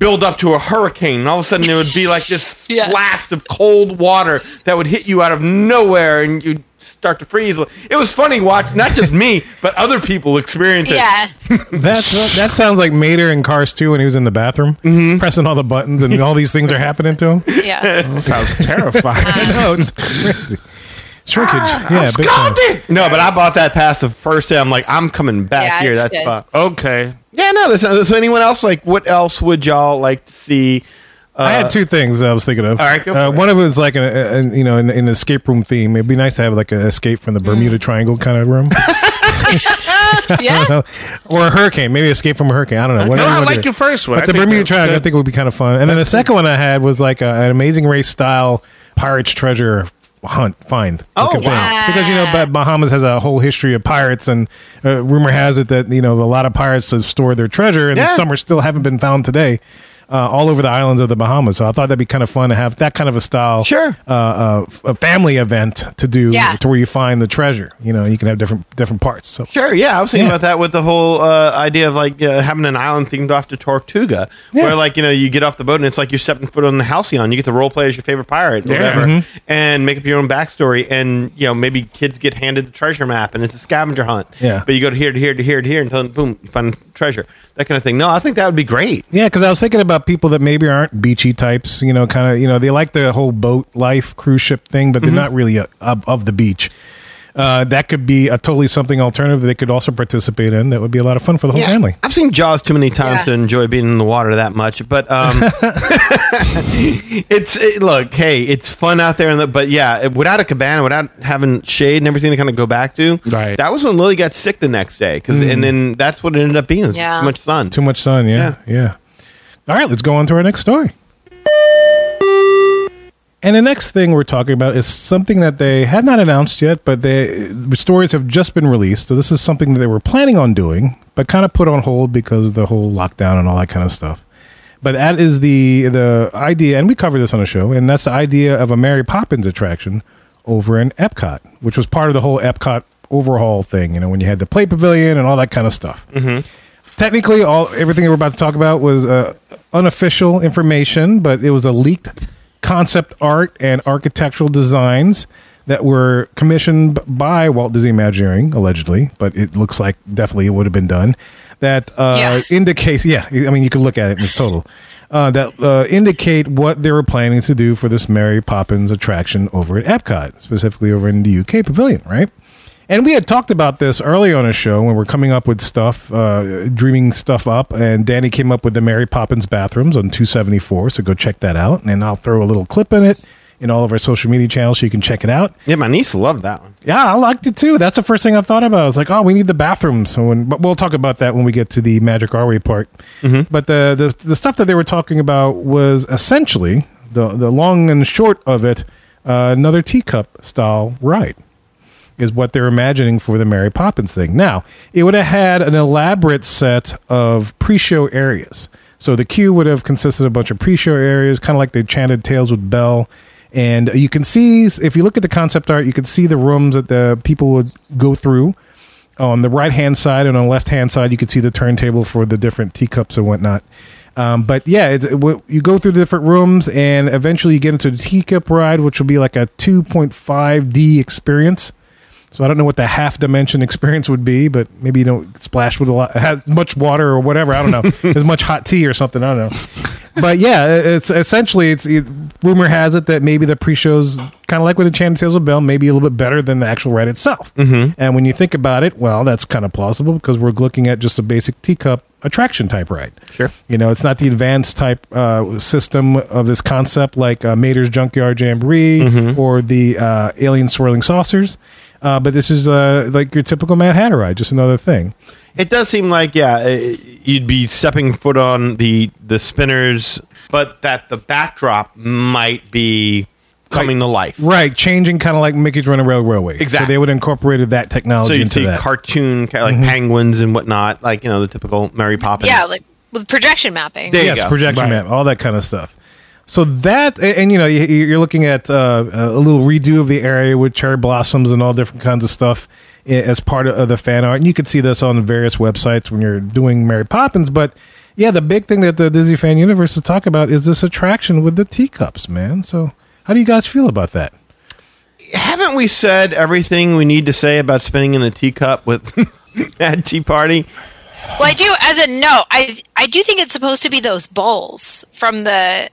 build up to a hurricane, and all of a sudden it would be like this
Yeah.
blast of cold water that would hit you out of nowhere, and you'd start to freeze. It was funny watch, not just me, but other people experience it.
Yeah.
That's, that sounds like Mater in Cars 2 when he was in the bathroom
Mm-hmm.
pressing all the buttons and all these things are happening to him.
Yeah.
That sounds terrifying.
I know. It's crazy. Shrinkage.
Ah,
Yeah. Big time.
No, but I bought that pass the first day. I'm like, I'm coming back
Yeah,
here.
it's
That's
good.
fun.
okay.
Yeah, no. This, so anyone else like? What else would y'all like to see?
I had two things I was thinking of.
all right, go
uh,
for it.
one of it was like an, an you know an, an escape room theme. It'd be nice to have like an escape
Mm.
from the Bermuda Triangle kind of room,
Yeah.
or a hurricane. Maybe escape from a hurricane. I don't know.
No,
Whatever you
I
wanna
like
do.
your first one.
But
I
the
think
Bermuda
that's
Triangle, I
good.
think, would be kind of fun. And then the second one I had was like a, an Amazing Race style Pirates Treasure hunt find.
Oh,
looking for.
wow.
Because you know, Bah- Bahamas has a whole history of pirates, and uh, rumor has it that you know a lot of pirates have stored their treasure, and
Yeah.
some are still haven't been found today. Uh, all over the islands of the Bahamas, so I thought that'd be kind of fun to have that kind of a style,
Sure.
uh, uh, f- a family event to do,
Yeah.
to where you find the treasure. You know, you can have different different parts. So
Sure, yeah, I was thinking
Yeah.
about that with the whole uh, idea of like uh, having an island themed off to Tortuga,
Yeah.
where like you know you get off the boat and it's like you're stepping foot on the Halcyon. You get to role play as your favorite pirate, or
Yeah.
whatever, and make up your own backstory. And you know maybe kids get handed the treasure map and it's a scavenger hunt.
Yeah.
but you go to here to here to here to here until boom you find treasure that kind of thing. No, I think that would be great.
Yeah, because I was thinking about people that maybe aren't beachy types. You know, kind of. You know, they like the whole boat life, cruise ship thing, but they're not really uh of, of the beach. Uh, that could be a totally something alternative that they could also participate in. That would be a lot of fun for the whole family.
I've seen Jaws too many times
Yeah.
to enjoy being in the water that much, but um, it's it, look, hey, it's fun out there. In the, but yeah, it- without a cabana, without having shade and everything to kind of go back to,
Right.
That was when Lily got sick the next day, 'cause-
Mm.
and then that's what it ended up being. is
Yeah.
Too much sun.
Too much sun. Yeah, yeah, All right, let's go on to our next story. And the next thing we're talking about is something that they have not announced yet, but they, the stories have just been released. So this is something that they were planning on doing, but kind of put on hold because of the whole lockdown and all that kind of stuff. But that is the the idea, and we covered this on a show, and that's the idea of a Mary Poppins attraction over in Epcot, which was part of the whole Epcot overhaul thing. You know, when you had the play pavilion and all that kind of stuff. Mm-hmm. Technically, all everything we're about to talk about was uh, unofficial information, but it was a leaked concept art and architectural designs that were commissioned b- by Walt Disney Imagineering, allegedly. But it looks like definitely it would have been done. That uh,
Yeah.
indicates, yeah, I mean, you can look at it in its total, uh, that uh, indicate what they were planning to do for this Mary Poppins attraction over at Epcot, specifically over in the UK pavilion, right? And we had talked about this earlier on a show when we're coming up with stuff, uh, dreaming stuff up, and Danny came up with the Mary Poppins bathrooms on 274, so go check that out, and I'll throw a little clip in it in all of our social media channels so you can check it out.
Yeah, my niece loved that one.
Yeah, I liked it too. That's the first thing I thought about. I was like, oh, we need the bathroom. So when, but we'll talk about that when we get to the Magic Our Way part. But the, the the stuff that they were talking about was essentially the the long and short of it, uh, another teacup style ride is what they're imagining for the Mary Poppins thing. Now, it would have had an elaborate set of pre show areas. So the queue would have consisted of a bunch of pre show areas, kind of like they chanted Tales with Belle. And you can see, if you look at the concept art, you can see the rooms that the people would go through. On the right hand side and on the left hand side, you could see the turntable for the different teacups and whatnot. Um, but yeah, it's, it, w- you go through the different rooms and eventually you get into the teacup ride, which will be like a 2.5D experience. So I don't know what the half dimension experience would be, but maybe you don't splash with a lot, have much water or whatever. I don't know. There's much hot tea or something. I don't know. But yeah, it's essentially it's it, rumor has it that maybe the pre-shows kind of like with Enchanted Tales of Bell, maybe a little bit better than the actual ride itself. Mm-hmm. And when you think about it, well, that's kind of plausible because we're looking at just a basic teacup attraction type ride.
Sure.
You know, it's not the advanced type uh, system of this concept like uh, Mater's Junkyard Jamboree or the uh, Alien Swirling Saucers, uh, but this is uh, like your typical Mad Hatter ride, just another thing.
It does seem like yeah, uh, you'd be stepping foot on the the spinners, but that the backdrop might be coming to life.
Right, changing kind of like Mickey's Running Rail Railway. So
Exactly.
they would have incorporated that technology
so you'd
into
see
that.
cartoon ca- like penguins and whatnot, like you know the typical Mary Poppins.
Yeah, like with projection mapping.
There you
yes,
go.
projection
Right.
map, all that kind of stuff. So that, and, and, you know, you, you're looking at uh, a little redo of the area with cherry blossoms and all different kinds of stuff i- as part of, of the fan art. And you can see this on various websites when you're doing Mary Poppins. But yeah, the big thing that the Disney fan universe is talking about is this attraction with the teacups, man. So how do you guys feel about that?
Haven't we said everything we need to say about spinning in a teacup with at tea party?
Well, I do as a no. I I do think it's supposed to be those bowls from the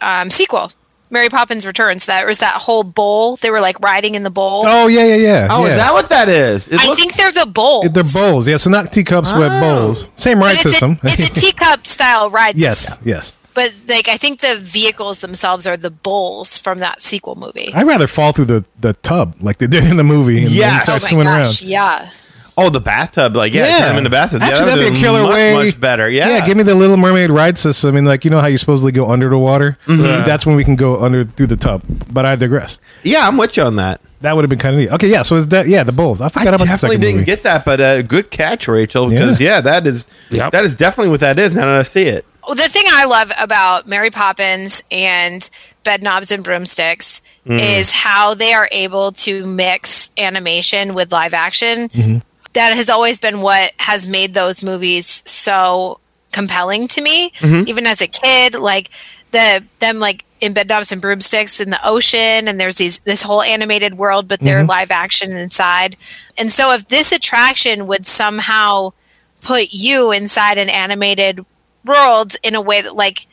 um, sequel, Mary Poppins Returns. That was that whole bowl. They were like riding in the bowl.
Oh, yeah, yeah, yeah.
Oh, is
yeah.
that what that is? It
I
looks-
think they're the bowls.
They're bowls. Yeah, so not teacups,
Oh.
but bowls. Same
But
ride
it's,
system.
A, it's a teacup style ride
yes,
system.
yes.
But like I think the vehicles themselves are the bowls from that sequel movie.
I'd rather fall through the, the tub like they did in the movie and, and
Yes.
oh
start
my
swimming
gosh,
around.
yeah.
Oh, the bathtub. Like, yeah, yeah. in the bathtub. Yeah,
Actually,
that
that'd
would've
be a
been
killer
much,
way.
Much better. Yeah.
Yeah, give me the Little Mermaid ride system. And, like, you know how you supposedly go under the water?
Mm-hmm.
That's when we can go under through the tub. But I digress.
Yeah, I'm with you on that.
That would have been kind of neat. Okay, yeah. So, is that, yeah, the Bulls. I
I
forgot about the
definitely
second
didn't
movie.
get that, but uh, good catch, Rachel. Because yeah, that is
Yep.
that is definitely what that is. Now that I see it,
Well, the thing I love about Mary Poppins and Bedknobs and Broomsticks is how they are able to mix animation with live action. That has always been what has made those movies so compelling to me, even as a kid. Like the them like in Bedknobs and Broomsticks in the ocean, and there's these this whole animated world, but they're live action inside. And so, if this attraction would somehow put you inside an animated world in a way that like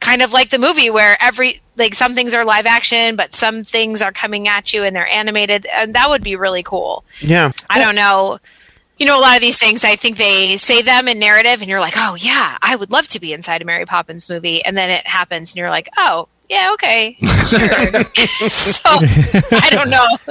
kind of like the movie where every like some things are live action but some things are coming at you and they're animated and that would be really cool
yeah,
i don't know you know a lot of these things i think they say them in narrative and you're like oh yeah i would love to be inside a mary poppins movie and then it happens and you're like oh yeah okay sure so i don't know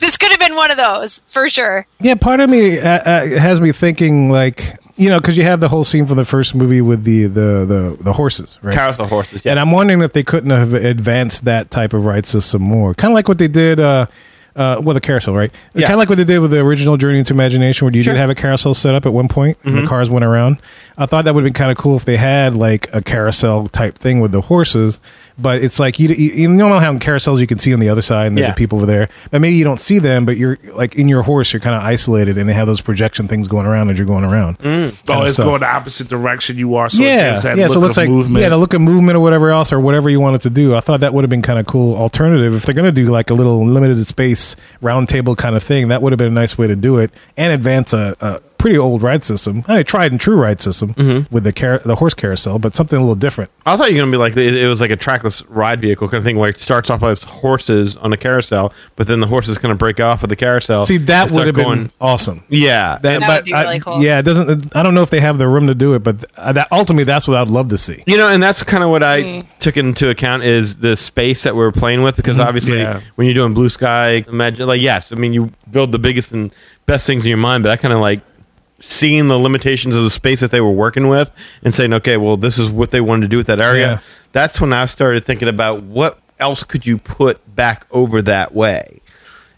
this could have been one of those for sure
Yeah, part of me uh, uh, has me thinking like you know because you have the whole scene from the first movie with the the the, the horses, right?
carousel horses. Yeah,
and I'm wondering if they couldn't have advanced that type of ride system more, kind of like what they did. Uh, uh, well, the carousel, right?
Yeah.
Kind of like what they did with the original Journey into Imagination, where you did have a carousel set up at one point,
Mm-hmm.
and the cars went around. I thought that would have been kind of cool if they had like a carousel type thing with the horses, but it's like you, you, you don't know how in carousels you can see on the other side and there's
Yeah.
the people over there, but maybe you don't see them, but you're like in your horse, you're kind of isolated, and they have those projection things going around as you're going around.
Mm.
Oh,
kinda
it's
stuff.
going the opposite direction you are. So it
yeah,
gives that
yeah.
look
so it looks
of
like
movement.
yeah, the look of movement or whatever else or whatever you wanted to do. I thought that would have been kind of cool alternative if they're going to do like a little limited space round table kind of thing. That would have been a nice way to do it and advance a, a pretty old ride system, a tried and true ride system
Mm-hmm.
with the car- the horse carousel, but something a little different.
I thought you were gonna be like it, it was like a trackless ride vehicle kind of thing, where it starts off as horses on a carousel, but then the horses kind of break off of the carousel.
See,
and
that
Oh, start
would have been
going-
awesome.
yeah,
That,
That
but
would be really
I-
cool.
Yeah, it doesn't. I don't know if they have the room to do it, but uh, that ultimately that's what I'd love to see.
You know, and that's kind of what I took into account is the space that we're playing with because obviously
Yeah.
when you're doing blue sky, imagine like yes, I mean you build the biggest and best things in your mind, but I kind of like seeing the limitations of the space that they were working with and saying, okay, well this is what they wanted to do with that area.
Yeah.
That's when I started thinking about what else could you put back over that way.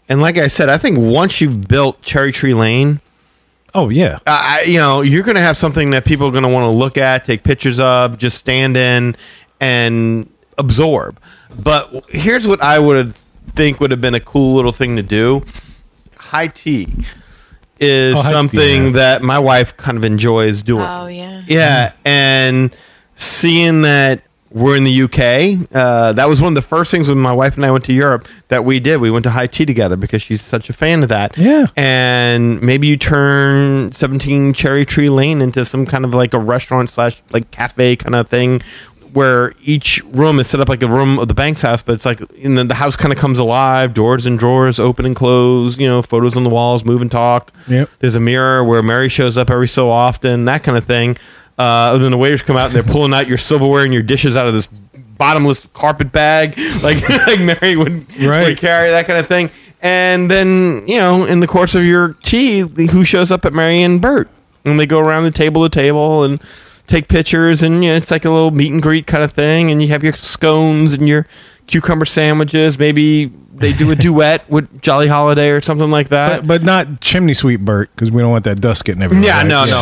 And like I said, I think once you've built Cherry Tree Lane,
Oh yeah,
I, I- you know, you're going to have something that people are going to want to look at, take pictures of, just stand in and absorb. But w- here's what I would think would have been a cool little thing to do. High tea is
Oh, high tea,
something
yeah.
that my wife kind of enjoys doing.
oh yeah
Yeah, and seeing that we're in the UK, uh, that was one of the first things when my wife and I went to Europe that we did. We went to high tea together because she's such a fan of that.
Yeah.
and maybe you turn Seventeen Cherry Tree Lane into some kind of like a restaurant slash like cafe kind of thing. Where each room is set up like a room of the bank's house, but it's like and then the house kind of comes alive. Doors and drawers open and close. You know, photos on the walls, move and talk.
Yep.
There's a mirror where Mary shows up every so often, that kind of thing. Uh, and then the waiters come out and they're pulling out your silverware and your dishes out of this bottomless carpet bag, like like Mary would,
Right.
would carry that kind of thing. And then you know, in the course of your tea, who shows up at Mary and Bert, and they go around the table to table and take pictures, and you know, it's like a little meet and greet kind of thing. And you have your scones and your cucumber sandwiches. Maybe they do a duet with Jolly Holiday or something like that.
but, but not chimney sweep Bert because we don't want that dust getting everywhere.
Uh, Yeah,
right?
no, no.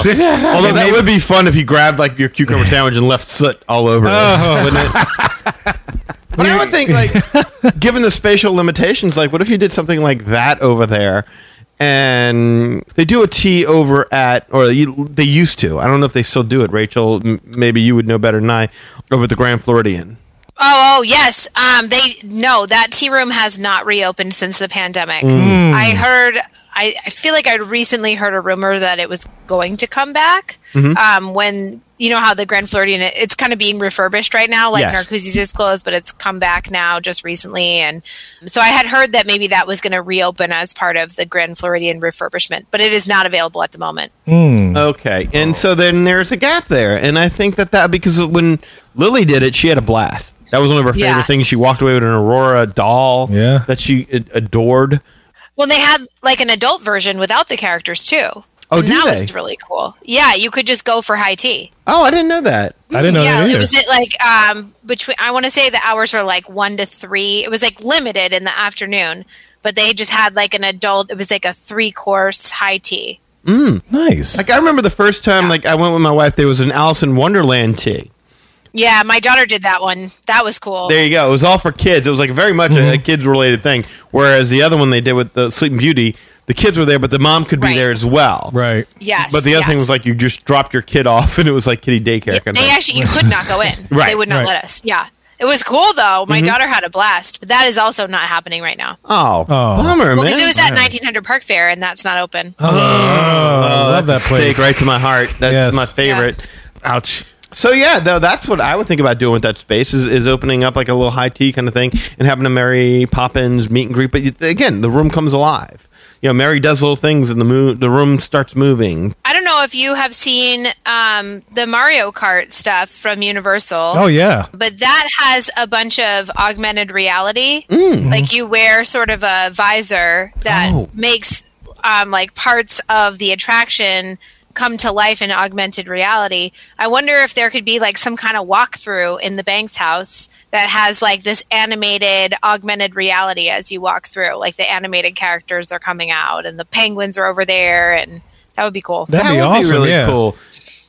Although that would be fun if you grabbed like your cucumber sandwich and left soot all over it, Oh, wouldn't it? But I would think like, given the spatial limitations, like what if you did something like that over there? And they do a tea over at, or you, they used to. I don't know if they still do it. Rachel, m- maybe you would know better than I. Over at the Grand Floridian.
Oh, oh yes. Um, they no, that tea room has not reopened since the pandemic. I heard. I, I feel like I recently heard a rumor that it was going to come back. Um, when you know how the Grand Floridian, it- it's kind of being refurbished right now. Like
Yes.
Narcoosie's is closed, but it's come back now just recently. And so I had heard that maybe that was going to reopen as part of the Grand Floridian refurbishment, but it is not available at the moment.
Okay,
Oh.
and so then there's a gap there, and I think that that because when Lily did it, she had a blast. That was one of her favorite
Yeah.
things. She walked away with an Aurora doll,
Yeah.
that she a- adored.
Well, they had like an adult version without the characters too.
Oh,
and
do
that
they?
was really cool. Yeah, you could just go for high tea.
Oh, I didn't know that.
I didn't know
yeah,
that either.
it was at like um between I want to say the hours are like 1 to 3. It was like limited in the afternoon, but they just had like an adult it was like a 3 course high tea.
nice.
Like I remember the first time, like I went with my wife. There was an Alice in Wonderland tea.
Yeah, my daughter did that one. That was cool.
There you go. It was all for kids. It was like very much
Mm-hmm.
a, a kids related thing. Whereas the other one they did with the Sleeping Beauty, the kids were there, but the mom could be
Right.
there as well.
right.
yes.
But the other thing
yes.
was like you just dropped your kid off, and it was like kitty daycare. kind of
they
thing.
actually you could not go in.
Right, Mm-hmm.
they would not
right.
let us. Yeah. It was cool though. My daughter had a blast, but that is also not happening right now.
oh, bummer,
Well,
man.
because it was at 1900 Park Fair and that's not open.
oh,
love
that's
that
a
place.
steak right to my heart. That's
Yes.
my favorite.
Ouch.
So yeah, though that's what I would think about doing with that space is, is opening up like a little high tea kind of thing and having a Mary Poppins meet and greet. But you, again, the room comes alive. You know, Mary does little things, and the mo- the room starts moving.
I don't know if you have seen um, the Mario Kart stuff from Universal.
Oh yeah.
But that has a bunch of augmented reality. Like you wear sort of a visor that
Oh.
makes um, like parts of the attraction come to life in augmented reality. I wonder if there could be like some kind of walkthrough in the Banks house that has like this animated augmented reality as you walk through. Like the animated characters are coming out and the penguins are over there and that would be cool.
That'd be awesome.
really
yeah.
cool.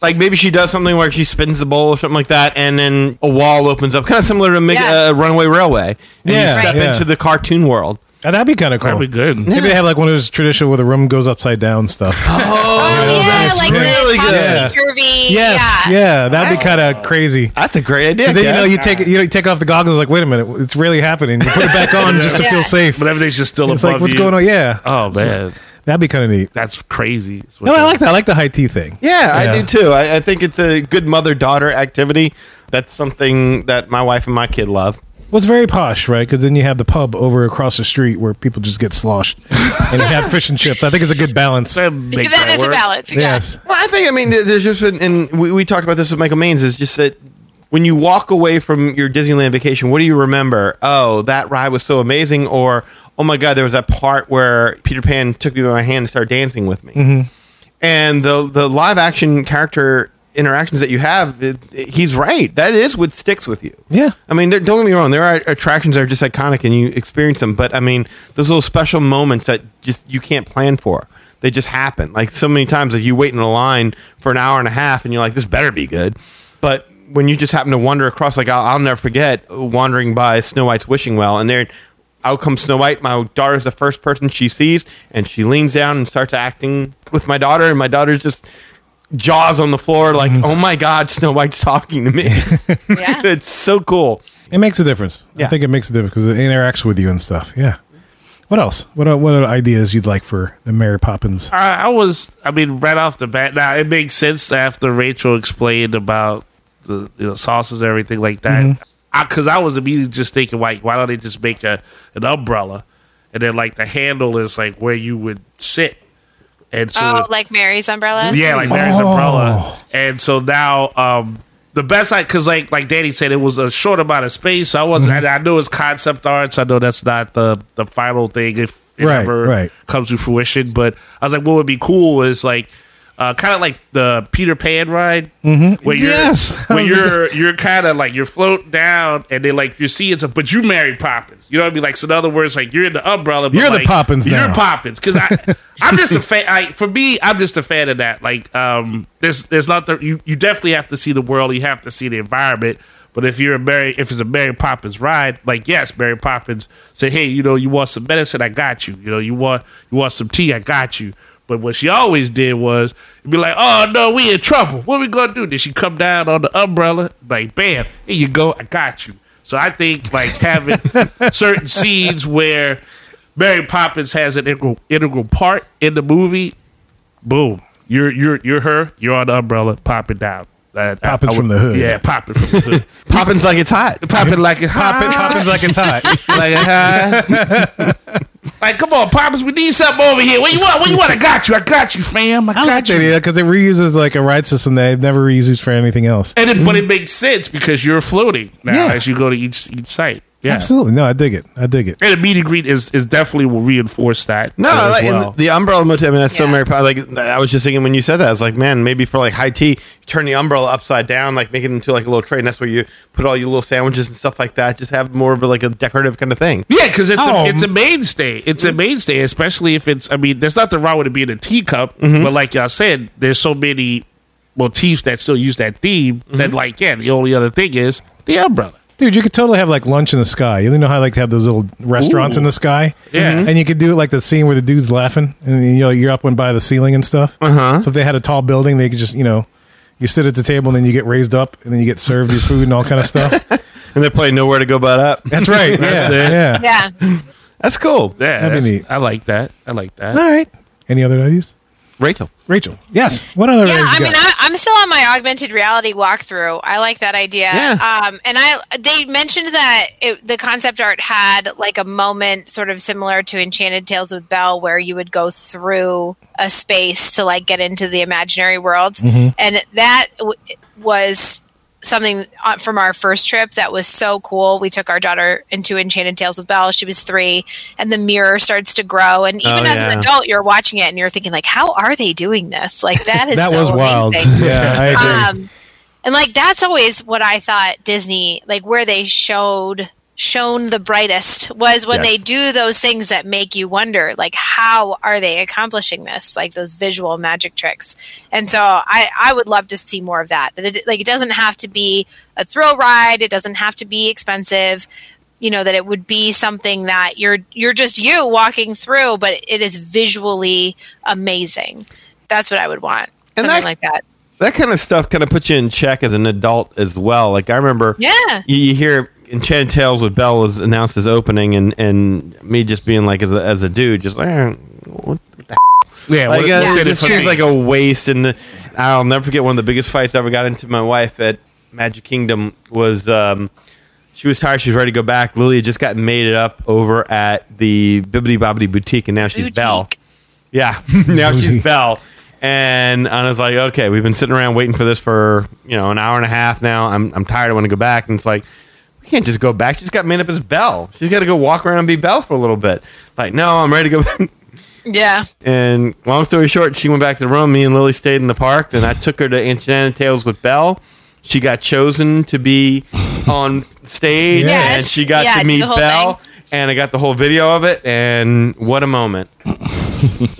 Like maybe she does something where she spins the bowl or something like that, and then a wall opens up, kind of similar to make
Yeah.
uh, Runaway Railway. And
Yeah,
you step
yeah.
into the cartoon world.
Uh, That'd be kind of cool.
That'd be good.
Maybe they have like one of those traditional where the room goes upside down stuff.
Oh yeah,
that's
like
really
the
good.
topsy turvy.
yes. Yeah. that'd be kind
Oh.
of crazy.
That's a great idea.
'Cause then, you
Kev.
know, you take you, know, you take off the goggles. Like, wait a minute, it's really happening. You put it back on just to
Yeah.
feel safe.
But everything's just still
it's
above
like, what's
you.
going on? Yeah,
Oh man,
that'd be kind of neat.
that's crazy. It's what
No, I
they-
like that. I like the high tea thing.
Yeah,
Yeah.
I do too. I, I think it's a good mother daughter activity. That's something that my wife and my kid love.
Well, it's very posh, right? Because then you have the pub over across the street where people just get sloshed and they have fish and chips. I think it's a good balance.
That make
that is
work.
a balance. Yeah.
Yes.
Well, I think I mean there- there's just been, and we, we talked about this with Michael Maines is just that when you walk away from your Disneyland vacation, what do you remember? Oh, that ride was so amazing, or oh my god, there was that part where Peter Pan took me by my hand and started dancing with me,
Mm-hmm.
and the the live action character interactions that you have, it- it- he's right. That is what sticks with you.
Yeah.
I mean, there- don't get me wrong. There are attractions that are just iconic, and you experience them. But I mean, those little special moments that just you can't plan for. They just happen. Like so many times, like you wait in a line for an hour and a half, and you're like, "This better be good." But when you just happen to wander across, like I'll, I'll never forget wandering by Snow White's wishing well, and there, out comes Snow White. My daughter's the first person she sees, and she leans down and starts acting with my daughter, and my daughter's just jaws on the floor, like, "Oh my God, Snow White's talking to me."
Yeah.
it's so cool.
It makes a difference. I
Yeah.
think it makes a difference because it interacts with you and stuff. Yeah. What else? What are, what are ideas you'd like for the Mary Poppins?
I, I was, I mean, right off the bat. Now it makes sense after Rachel explained about the you know, sauces and everything like that. Because I, was immediately just thinking, like, why don't they just make a an umbrella, and then like the handle is like where you would sit, and so
Oh, like Mary's umbrella.
yeah, like Mary's
Oh.
umbrella. And so now, um, the best I because like like Danny said, it was a short amount of space. So I wasn't.
Mm-hmm.
I, I knew it's concept art. So I know that's not the the final thing if it
Right,
ever
right.
comes to fruition. But I was like, what would be cool is like. Uh, kind of like the Peter Pan ride, mm-hmm. where you're,
Yes.
where you're you're kind of like you're floating down, and then like you're seeing stuff, but you married Poppins, you know what I mean? Like, so in other words, like you're in the umbrella, but,
You're the
like,
Poppins
you're
now.
Poppins because I I'm just a fan. I, for me, I'm just a fan of that. Like, um, there's there's not the you, you definitely have to see the world. You have to see the environment. But if you're a Mary, if it's a Mary Poppins ride, like yes, Mary Poppins said, hey, you know, you want some medicine, I got you. You know, you want you want some tea, I got you. But what she always did was be like, oh no, we in trouble. What we gonna do? Did she come down on the umbrella? Like, bam, here you go, I got you. So I think like having certain scenes where Mary Poppins has an integral, integral part in the movie. Boom, you're you're you're her. You're on the umbrella, popping down. Uh,
Poppins from the hood.
Yeah, popping from the hood.
Poppins like it's hot.
popping like a popping.
Poppins like it's hot.
Like, uh,
Like, come on, Poppins, we need something over here. What you want? What you want? I got you. I got you, fam. I
I
got
like that
you.
idea because it reuses like a ride system that I've never reused for anything else.
And it, but it makes sense because you're floating now
Yeah.
as you go to each each site. Yeah.
Absolutely. No, I dig it. I dig it.
And a meet and greet is, is definitely will reinforce that.
No,
as
like, and
well.
the umbrella motif, I mean, that's so
Yeah.
Mary Poppins. Like, I was just thinking when you said that, I was like, man, maybe for like high tea, turn the umbrella upside down, like make it into like a little tray, and that's where you put all your little sandwiches and stuff like that. Just have more of a, like a decorative kind of thing.
Yeah, because it's
Oh.
a it's a mainstay. It's a mainstay, especially if it's. I mean, there's nothing wrong with it being a teacup,
Mm-hmm.
but like y'all said, there's so many motifs that still use that theme. That
Mm-hmm.
like, yeah, the only other thing is the umbrella.
Dude, you could totally have like lunch in the sky. You know how I like to have those little restaurants in the sky?
Yeah. Mhm.
And you could do it like the scene where the dude's laughing and you know, you're up one by the ceiling and stuff. Uh-huh. So if they had a tall building, they could just, you know, you sit at the table and then you get raised up and then you get served your food and all kind of stuff.
And they're playing Nowhere to Go But Up.
That's right.
That's
yeah.
it.
Yeah.
Yeah.
That's cool.
Yeah,
That'd be
that's-
neat.
I like that. I like that.
All right. Any other ideas?
Rachel.
Rachel. Yes. What other
yeah
ideas you
i mean
got?
I, i'm still on my augmented reality walkthrough i like that idea
Yeah.
um, and i they mentioned that it, the concept art had like a moment sort of similar to enchanted tales with belle where you would go through a space to like get into the imaginary worlds
Mm-hmm.
and that w- was something uh, from our first trip that was so cool. We took our daughter into Enchanted Tales with Belle. She was three, and the mirror starts to grow. And even
Oh,
as an
yeah.
adult, you're watching it and you're thinking, like, how are they doing this? Like that is
that
so
was wild.
amazing.
Yeah, I agree.
Um, and like that's always what I thought Disney, like where they showed shown the brightest was when
Yes.
they do those things that make you wonder like how are they accomplishing this like those visual magic tricks and so i i would love to see more of that that it, like it doesn't have to be a thrill ride it doesn't have to be expensive you know that it would be something that you're you're just you walking through but it is visually amazing that's what i would want
And
something
that-
like that
That kind of stuff kind of puts you in check as an adult as well. Like I remember
Yeah.
you, you hear Enchanted Tales with Belle was announced as opening and, and me just being like as a, as a dude, just like eh, what
Yeah,
Like,
what-
uh,
what
it
did
just
for
seems
me?
like a waste. And I'll never forget one of the biggest fights I ever got into. with My wife at Magic Kingdom was um, she was tired. She was ready to go back. Lily had just gotten mated up over at the Bibbidi Bobbidi Boutique, and now she's
Boutique.
Belle. Yeah, now she's Belle. And I was like, okay, we've been sitting around waiting for this for you know an hour and a half now. I'm I'm tired. I want to go back. And it's like, we can't just go back. She's got made up as Belle. She's got to go walk around and be Belle for a little bit. Like, no, I'm ready to go back.
yeah
And long story short, she went back to the room. Me and Lily stayed in the park, and I took her to Enchanted Tales with Belle. She got chosen to be on stage,
Yes.
and she got
Yeah,
to
do
meet
the whole
Belle. And I got the whole video of it, and what a moment!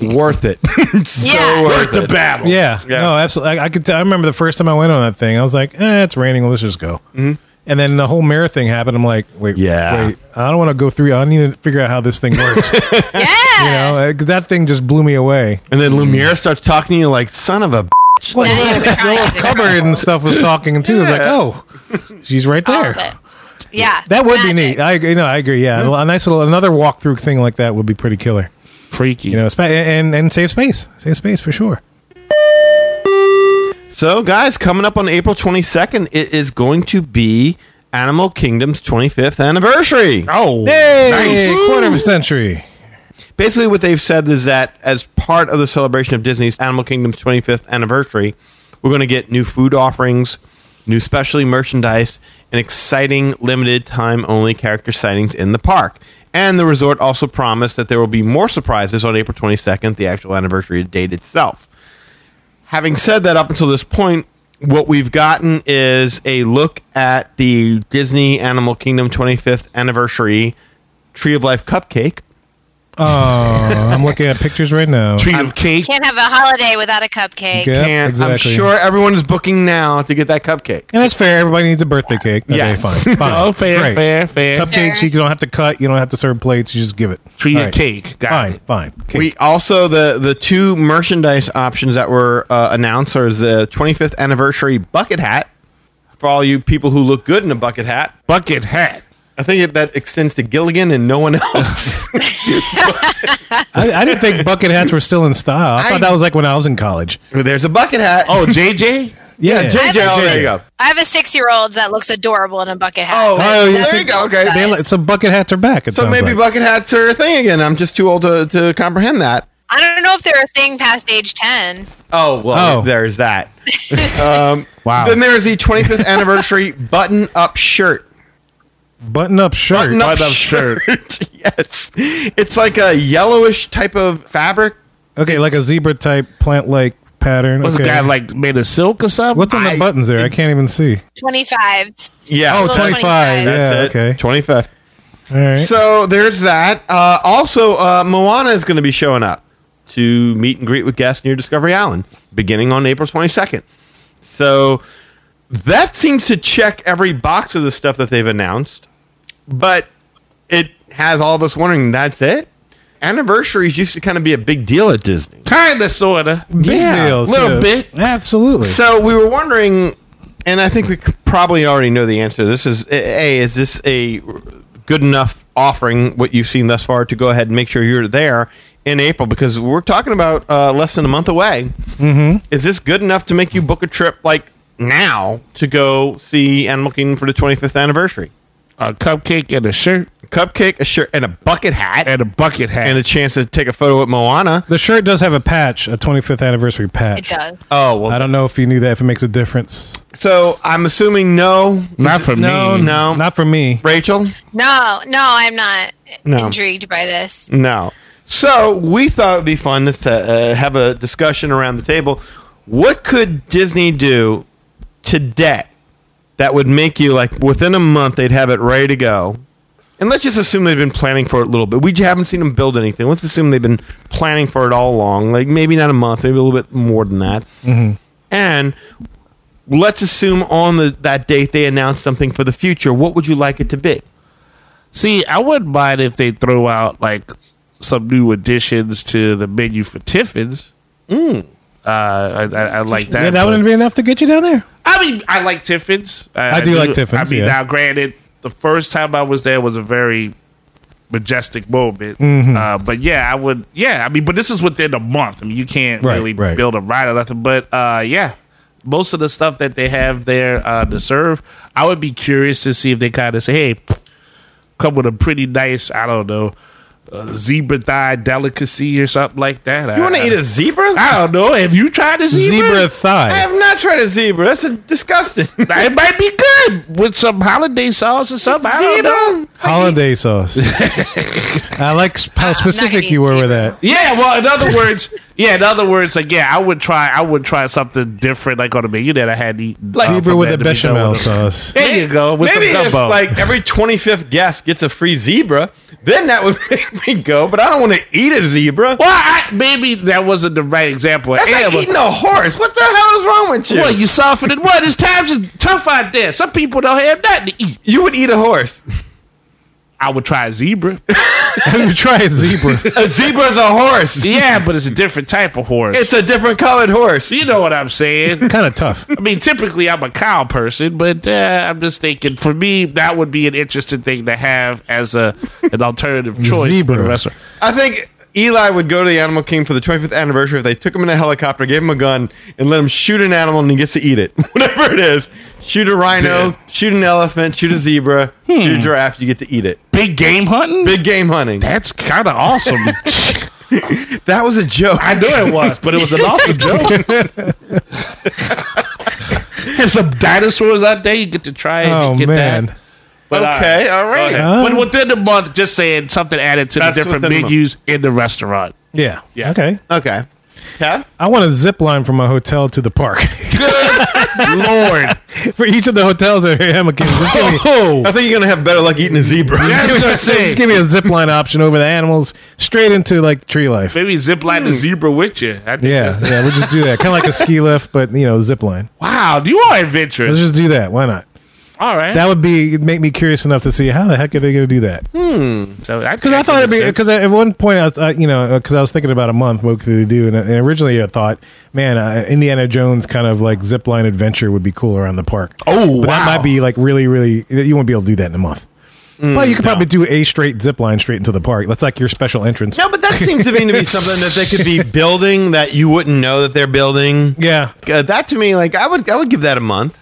worth it. so
Yeah.
worth
the
it.
battle.
Yeah,
Yeah.
no, absolutely. I, I could. T- I remember the first time I went on that thing. I was like, eh, "It's raining. Let's just go." Mm-hmm. And then the whole mirror thing happened. I'm like, "Wait,
Yeah.
wait. I don't want to go through. I need to figure out how this thing works." you
yeah
know, Uh, 'cause that thing just blew me away.
And then Lumiere starts talking to you like, "Son of a." b-"
Well,
Yeah, they were trying to
Cupboard and stuff was talking too. It's like, "Oh, she's right
all of
there."
it. Yeah,
That would be
magic.
neat. I agree. No, I agree. Yeah, a nice little another walkthrough thing like that would be pretty killer.
Freaky.
You know, spa- and and save space, save space for sure.
So, guys, coming up on April twenty second, it is going to be Animal Kingdom's twenty fifth anniversary.
oh,
Hey,
nice.
quarter of a century.
basically what they've said is that as part of the celebration of Disney's Animal Kingdom's 25th anniversary, we're going to get new food offerings, new specialty merchandise, and exciting limited time only character sightings in the park. And the resort also promised that there will be more surprises on April 22nd, the actual anniversary date itself. Having said that, up until this point, what we've gotten is a look at the Disney Animal Kingdom 25th anniversary Tree of Life cupcake.
Oh, I'm looking at pictures right now.
treat of cake.
Can't have a holiday without a cupcake.
Yep,
can't.
exactly.
I'm sure everyone is booking now to get that cupcake.
And that's fair. Everybody needs a birthday cake. Okay,
Yeah.
fine. fine.
Oh, fair,
Great.
fair, fair.
Cupcakes, you don't have to cut. You don't have to serve plates. You just give it.
Treat
All
of
right.
cake. Got
Fine,
it.
fine. Cake.
We also the the two merchandise options that were uh, announced are the 25th anniversary bucket hat for all you people who look good in a bucket hat.
Bucket hat.
I think it, that extends to Gilligan and no one else.
I, I didn't think bucket hats were still in style. I thought
I-
that was like when I was in college.
There's a bucket hat.
Oh, JJ.
Yeah,
JJ, oh,
I
there you go.
I have a six-year-old that looks adorable in a bucket hat.
Oh,
Oh, you
there
see-
you go. Okay.
They li- so bucket hats are back. It
so maybe
like.
bucket hats are a thing again. I'm just too old to, to comprehend that.
I don't know if they're a thing past age ten.
Oh well,
Oh.
there's that. Um,
wow.
Then there's the 25th anniversary button up shirt.
Button up shirt.
button up
Button-up
shirt. yes, it's like a yellowish type of fabric.
Okay, like a zebra type plant like pattern.
What's
okay.
the guy like made of silk or something?
What's on the
I-
buttons there? I can't even see.
25s.
Yeah,
Oh,
Little
25.
25.
Yeah, okay.
twenty fifth.
All right.
So there's that. Uh, also, uh, Moana is going to be showing up to meet and greet with guests near Discovery Island beginning on April 22nd. So that seems to check every box of the stuff that they've announced, but it has all of us wondering that's it? Anniversaries used to kind of be a big deal at Disney.
Kinda, sorta.
Big
Yeah,
deals.
little
yeah.
bit.
Absolutely.
So we were wondering, and I think we c- probably already know the answer. This is a is this a good enough offering? What you've seen thus far to go ahead and make sure you're there in April because we're talking about uh, less than a month away. Mm-hmm. Is this good enough to make you book a trip like now to go see Animal Kingdom for the 25th anniversary?
A cupcake and a shirt
Cupcake, a shirt, and a bucket hat,
and a bucket hat.
and a chance to take a photo with Moana.
the shirt does have a patch, a 25th anniversary patch.
It does.
Oh well.
I don't know if you knew that, if it makes a difference.
So I'm assuming no,
Not for
no,
me.
no,
Not for me.
Rachel.
No, no, I'm not
No.
intrigued by this.
No. So we thought it would be fun to uh, have a discussion around the table. What could Disney do today that would make you like within a month they'd have it ready to go? And let's just assume they've been planning for it a little bit. We j- haven't seen them build anything. Let's assume they've been planning for it all along. Like maybe not a month, maybe a little bit more than that. And let's assume on the, that date they announce something for the future. What would you like it to be?
See, I wouldn't mind if they throw out like some new additions to the menu for Tiffins.
Mm.
Uh, I, I, I like that.
yeah, that
but-
wouldn't be enough to get you down there.
I mean, I like Tiffins.
I do like Tiffin's,
I mean,
yeah.
now granted, the first time I was there was a very majestic moment.
Mm-hmm.
Uh, but yeah, I would. Yeah, I mean, but this is within a month. I mean, you can't
Right,
really
right.
build a ride or nothing. But uh, yeah, most of the stuff that they have there uh, to serve, I would be curious to see if they kind of say, "Hey, come with a pretty nice, I don't know, uh, zebra thigh delicacy or something like that."
You want to eat a zebra?
I don't know. Have you tried a
Zebra,
zebra?
thigh.
I have not tried a zebra. That's a disgusting.
Now, it might be good with some holiday sauce or something. I don't know.
Zebra?
Holiday sauce. I like s- how specific
eat
you were with
Uh,
that.
zebra.
Yeah, well, in other words, yeah, in other words, like yeah, I would try, I would try something different, like on the menu that I had eaten.
Like
uh,
Zebra
from
with a
that to be done
bechamel
with.
sauce.
There you go. With
Maybe
some
if
gumbo.
like every twenty fifth guest gets a free zebra, then that would make me go. But I don't want to eat a zebra.
well, I, maybe that wasn't the right example.
That's
Yeah,
like
but-
eating a horse. What the hell is wrong with you?
well, you softened it. What? This times is tough out there. Some people don't have nothing to eat.
You would eat a horse.
I would try zebra.
Have you tried zebra?
A zebra's a horse.
yeah, but it's a different type of horse.
It's a different colored horse.
you know what I'm saying?
kind of tough.
I mean, typically I'm a cow person, but uh, I'm just thinking for me that would be an interesting thing to have as a an alternative choice
Zebra.
for the restaurant.
I think Eli would go to the Animal King for the 25th anniversary if they took him in a helicopter, gave him a gun, and let him shoot an animal and he gets to eat it. Whatever it is. Shoot a rhino, shoot an elephant, shoot a zebra,
Hmm.
shoot a giraffe, you get to eat it.
Big game hunting.
Big game hunting.
That's kind of awesome.
That was a joke.
I knew it was, but it was an awesome joke. There's some dinosaurs out there. You get to try it.
Oh
and get
man.
That. But, uh,
okay, all right.
okay.
Ah.
But within the month, just saying something added to
That's
the different
within a month.
menus in the restaurant.
Yeah.
Yeah.
Okay.
Okay. Yeah?
I want a zip line from my hotel to the park.
Lord,
For each of the hotels that are here, I'm a kid. Just give me,
I think you're going to have better luck eating a zebra.
I was gonna say
just give me a zip line option over the animals straight into like tree life.
maybe zip line the
Hmm.
zebra with you. I think
Yeah,
that's-
yeah, we'll just do that. Kind of like a ski lift, but you know, zip line.
Wow, you are adventurous.
Let's just do that. Why not?
All right.
That would be make me curious enough to see how the heck are they going to do that? Because
so that
I thought it'd be because at one point I was uh, you know because I was thinking about a month what could they do and, uh, and originally I thought man uh, Indiana Jones kind of like zip line adventure would be cool around the park.
Oh,
but that
wow.
might be like really really you won't be able to do that in a month.
Mm,
but you could probably do a straight zip line straight into the park. That's like your special entrance.
No, but that seems to me to be something that they could be building that you wouldn't know that they're building.
Yeah,
uh, that to me, like I would, I would give that a month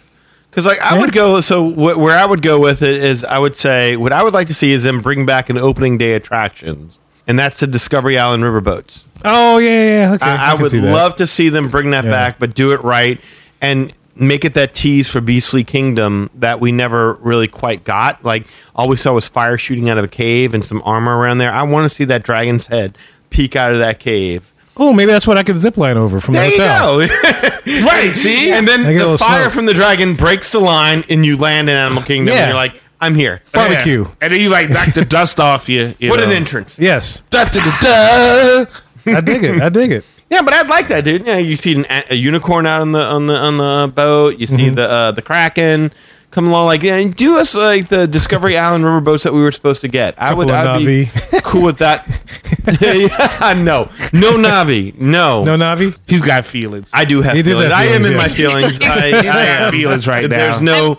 because like I would go. So wh- where I would go with it is, I would say what I would like to see is them bring back an opening day attractions, and that's the Discovery Island riverboats.
Oh yeah, yeah. yeah. Okay,
I, I
can
would
see that.
love to see them bring that
Yeah.
back, but do it right and make it that tease for Beastly Kingdom that we never really quite got. Like all we saw was fire shooting out of a cave and some armor around there. I want to see that dragon's head peek out of that cave.
Oh, maybe that's what I could zip line over from
There
the
you
hotel.
go.
Right, see?
and then
I get a
the
little
fire
smoke.
from the dragon breaks the line, and you land in Animal Kingdom.
Yeah.
and You're like, I'm here.
Yeah.
Barbecue.
And then you like knock the dust off you. you
What
know.
an entrance!
Yes,
Da, da, da, da.
I dig it. I dig it.
Yeah, but I'd like that, dude. Yeah, you see an, a unicorn out on the on the on the boat. You
Mm-hmm.
see the uh, the kraken come along, like yeah, and do us like the Discovery Island river boats that we were supposed to get. I would,
Couple of
I'd be cool with that. yeah, no, no Navi, no.
No Navi.
He's got feelings.
I do have
He does
feelings.
have
I am
feelings,
in my
yes.
feelings. I,
He's
I
got
am.
feelings right now.
There's no.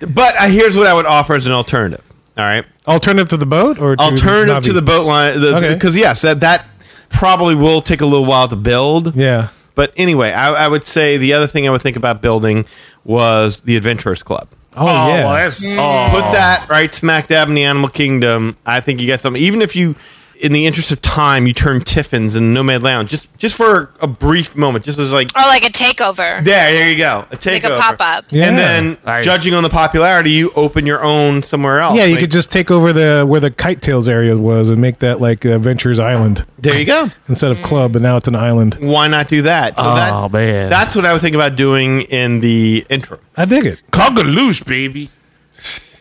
But uh, here's what I would offer as an alternative. All right
Alternative to the boat or to
alternative
Navi?
to the boat line
Okay.
because yes that that probably will take a little while to build
Yeah.
but anyway I, I would say the other thing i would think about building was the adventurers club
Oh,
oh,
yeah.
well, that's oh.
Mm. put that right smack dab in the animal kingdom i think you got something even if you in the interest of time you turn tiffins and nomad lounge just just for a brief moment just as like
or like a takeover,
there there you go a
like
takeover
a pop up.
yeah.
and then
Nice.
judging on the popularity you open your own somewhere else
yeah, you
Like,
could just take over the where the kite tails area was and make that like Adventures Island
there you go
instead of club, but now it's an island.
why not do that? So
Oh,
that's,
man.
that's what I would think about doing in the interim.
I dig it.
Cockaloosh, baby.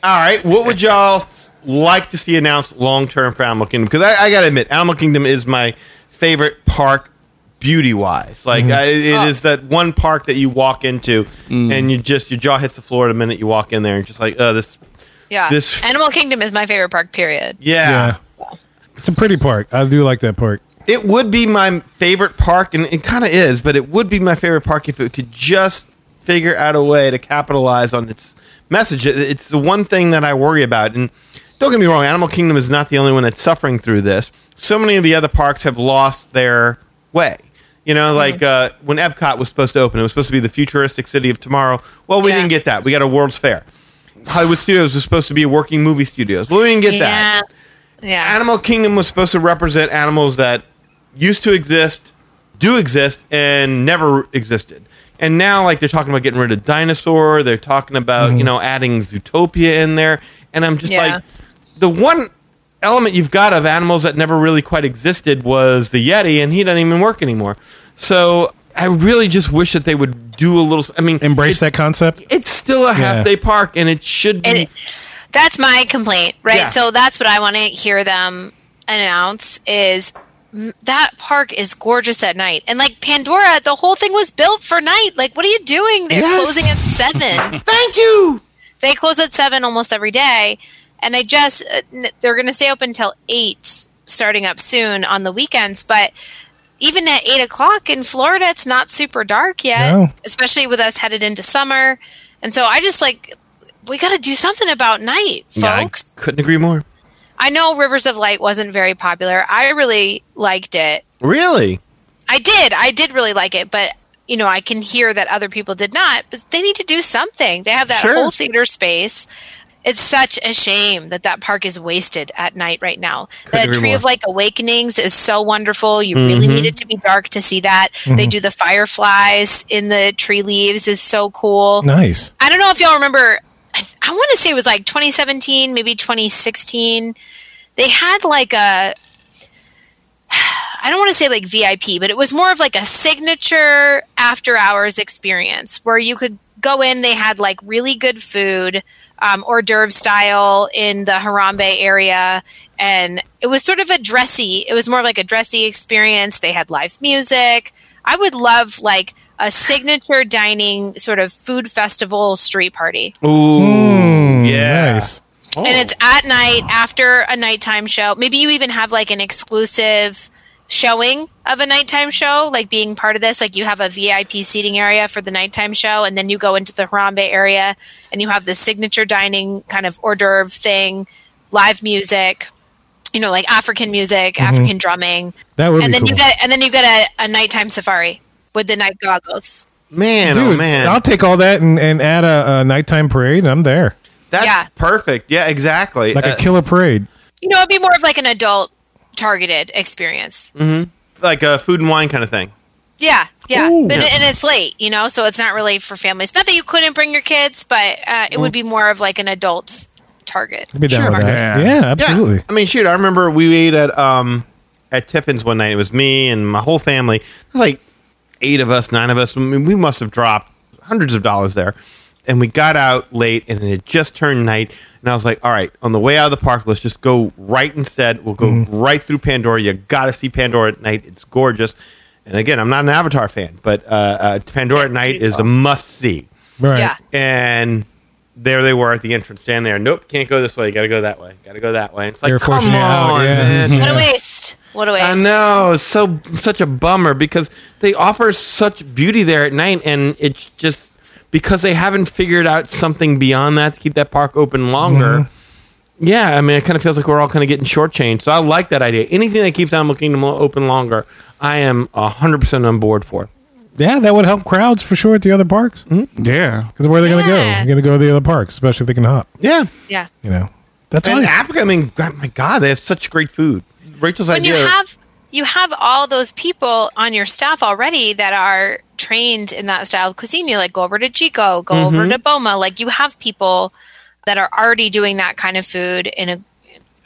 All right, what would y'all like to see announced long term for Animal Kingdom? Because I, I got to admit, Animal Kingdom is my favorite park beauty wise. Like I, it is
Oh.
that one park that you walk into and you just your jaw hits the floor the minute you walk in there and just like oh this
Yeah,
This-
Animal Kingdom is my favorite park. Period.
yeah.
It's a pretty park. I do like that park.
It would be my favorite park, and it kind of is, but it would be my favorite park if it could just figure out a way to capitalize on its message. It- It's the one thing that I worry about. And don't get me wrong, Animal Kingdom is not the only one that's suffering through this. So many of the other parks have lost their way. You know, like uh,
Mm-hmm.
when Epcot was supposed to open, it was supposed to be the futuristic city of tomorrow. Well, we
Yeah.
didn't get that. We got a World's Fair. Hollywood Studios was supposed to be working movie studios. Well, we didn't get that.
Yeah, yeah.
Animal Kingdom was supposed to represent animals that used to exist, do exist, and never existed. And now, like they're talking about getting rid of dinosaur, they're talking about
Mm-hmm.
you know adding Zootopia in there, and I'm just
Yeah.
like, the one element you've got of animals that never really quite existed was the Yeti, and he doesn't even work anymore. So I really just wish that they would do a little. I mean,
Embrace
it's,
that concept.
It's still a half day park, and it should be.
And that's my complaint, right?
Yeah.
So that's what I want to hear them announce is m- that park is gorgeous at night. And like Pandora, the whole thing was built for night. Like what are you doing? They're
Yes.
closing at 7.
Thank you.
they close at 7 almost every day and they just uh, n- they're going to stay open till 8 starting up soon on the weekends, but even at eight o'clock in Florida, it's not super dark yet,
No.
especially with us headed into summer. And so I just like, we got to do something about night,
Yeah, I
folks.
couldn't agree more.
I know Rivers of Light wasn't very popular. I really liked it.
Really?
I did. I did really like it, but you know, I can hear that other people did not, but they need to do something. They have that
Sure.
whole theater space. It's such a shame that that park is wasted at night right now. the
agree
Tree of
more. Mm-hmm.
Like Awakenings is so wonderful. You really need it to be dark to see that. They do the fireflies in the tree leaves is so cool.
Nice.
I don't know if y'all remember. I, I want to say it was like 2017, maybe 2016. They had like a. I don't want to say like VIP, but it was more of like a signature after hours experience where you could go in. They had like really good food, um, hors d'oeuvre style in the Harambe area. And it was sort of a dressy, it was more of like a dressy experience. They had live music. I would love like a signature dining sort of food festival street party.
Ooh, yeah.
Nice.
And it's at night after a nighttime show. Maybe you even have like an exclusive showing of a nighttime show, like being part of this. Like you have a VIP seating area for the nighttime show, and then you go into the Harambe area and you have the signature dining kind of hors d'oeuvre thing, live music, you know, like African music, African drumming.
That would
and
Mm-hmm. be
then
cool.
you get and then you get a, a nighttime safari with the night goggles.
Man,
Dude,
oh man.
I'll take all that and, and add a, a nighttime parade. I'm there.
That's
Yeah.
perfect. Yeah, exactly.
Like
Uh,
a killer parade.
You know, it'd be more of like an adult targeted experience.
like a food and wine kind of thing.
Yeah, yeah,
Ooh.
but and it's late, you know, so it's not really for families. Not that you couldn't bring your kids, but uh, it would be more of like an adult target.
I'd be down
Sure,
with that.
Mark.
Yeah,
Yeah.
absolutely.
I mean, shoot, I remember we ate at um at Tiffin's one night. It was me and my whole family. It was like eight of us, nine of us. I mean, we must have dropped hundreds of dollars there. And we got out late, and it had just turned night. And I was like, "All right, on the way out of the park, let's just go right instead. We'll go
Mm-hmm.
right through Pandora. You got to see Pandora at night; it's gorgeous." And again, I'm not an Avatar fan, but uh, uh, Pandora at night is a must see
Right.
Yeah,
and there they were at the entrance, standing there. Nope, can't go this way. Got to go that way. Got to go that way. It's like,
They were
come
forcing you out,
on,
yeah.
man.
what a waste! What a waste!
I know. It's so such a bummer because they offer such beauty there at night, and it's just because they haven't figured out something beyond that to keep that park open longer.
Mm-hmm.
Yeah, I mean, it kind of feels like we're all kind of getting shortchanged. So I like that idea. Anything that keeps Animal Kingdom lo- open longer, I am hundred percent on board for.
Yeah, that would help crowds for sure at the other parks.
Hmm?
Because
Yeah.
where are they going to go?
Yeah.
They're going to go to the other parks, especially if they can hop.
Yeah,
Yeah,
You know, that's
and
why.
Africa. I mean, God- my God, they have such great food. Rachel's
when you
idea.
have you have all those people on your staff already that are trained in that style of cuisine. You like go over to Chico, go
Mm-hmm.
over to Boma. Like you have people that are already doing that kind of food in a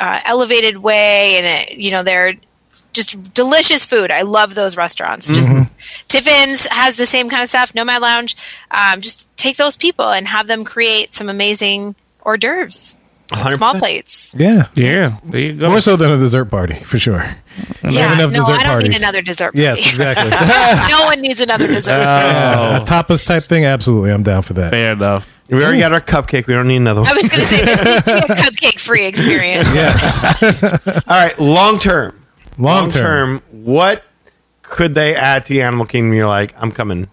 uh, elevated way, and it, you know they're just delicious food. I love those restaurants. Just
Mm-hmm.
Tiffin's has the same kind of stuff. Nomad Lounge. Um, just take those people and have them create some amazing hors d'oeuvres, small
100%.
plates.
yeah.
Yeah. There you go.
More so than a dessert party, for sure. We have enough
no,
dessert
I don't
parties.
need another dessert.
Yes,
party.
exactly.
no one needs another dessert.
Uh.
Oh.
Yeah, a tapas type thing, absolutely. I'm down for that.
Fair enough.
We already got our cupcake. We don't need another one.
I was going to say this needs to be a cupcake free experience.
All right, long term.
Long term.
What could they add to the Animal Kingdom? You're like, I'm coming.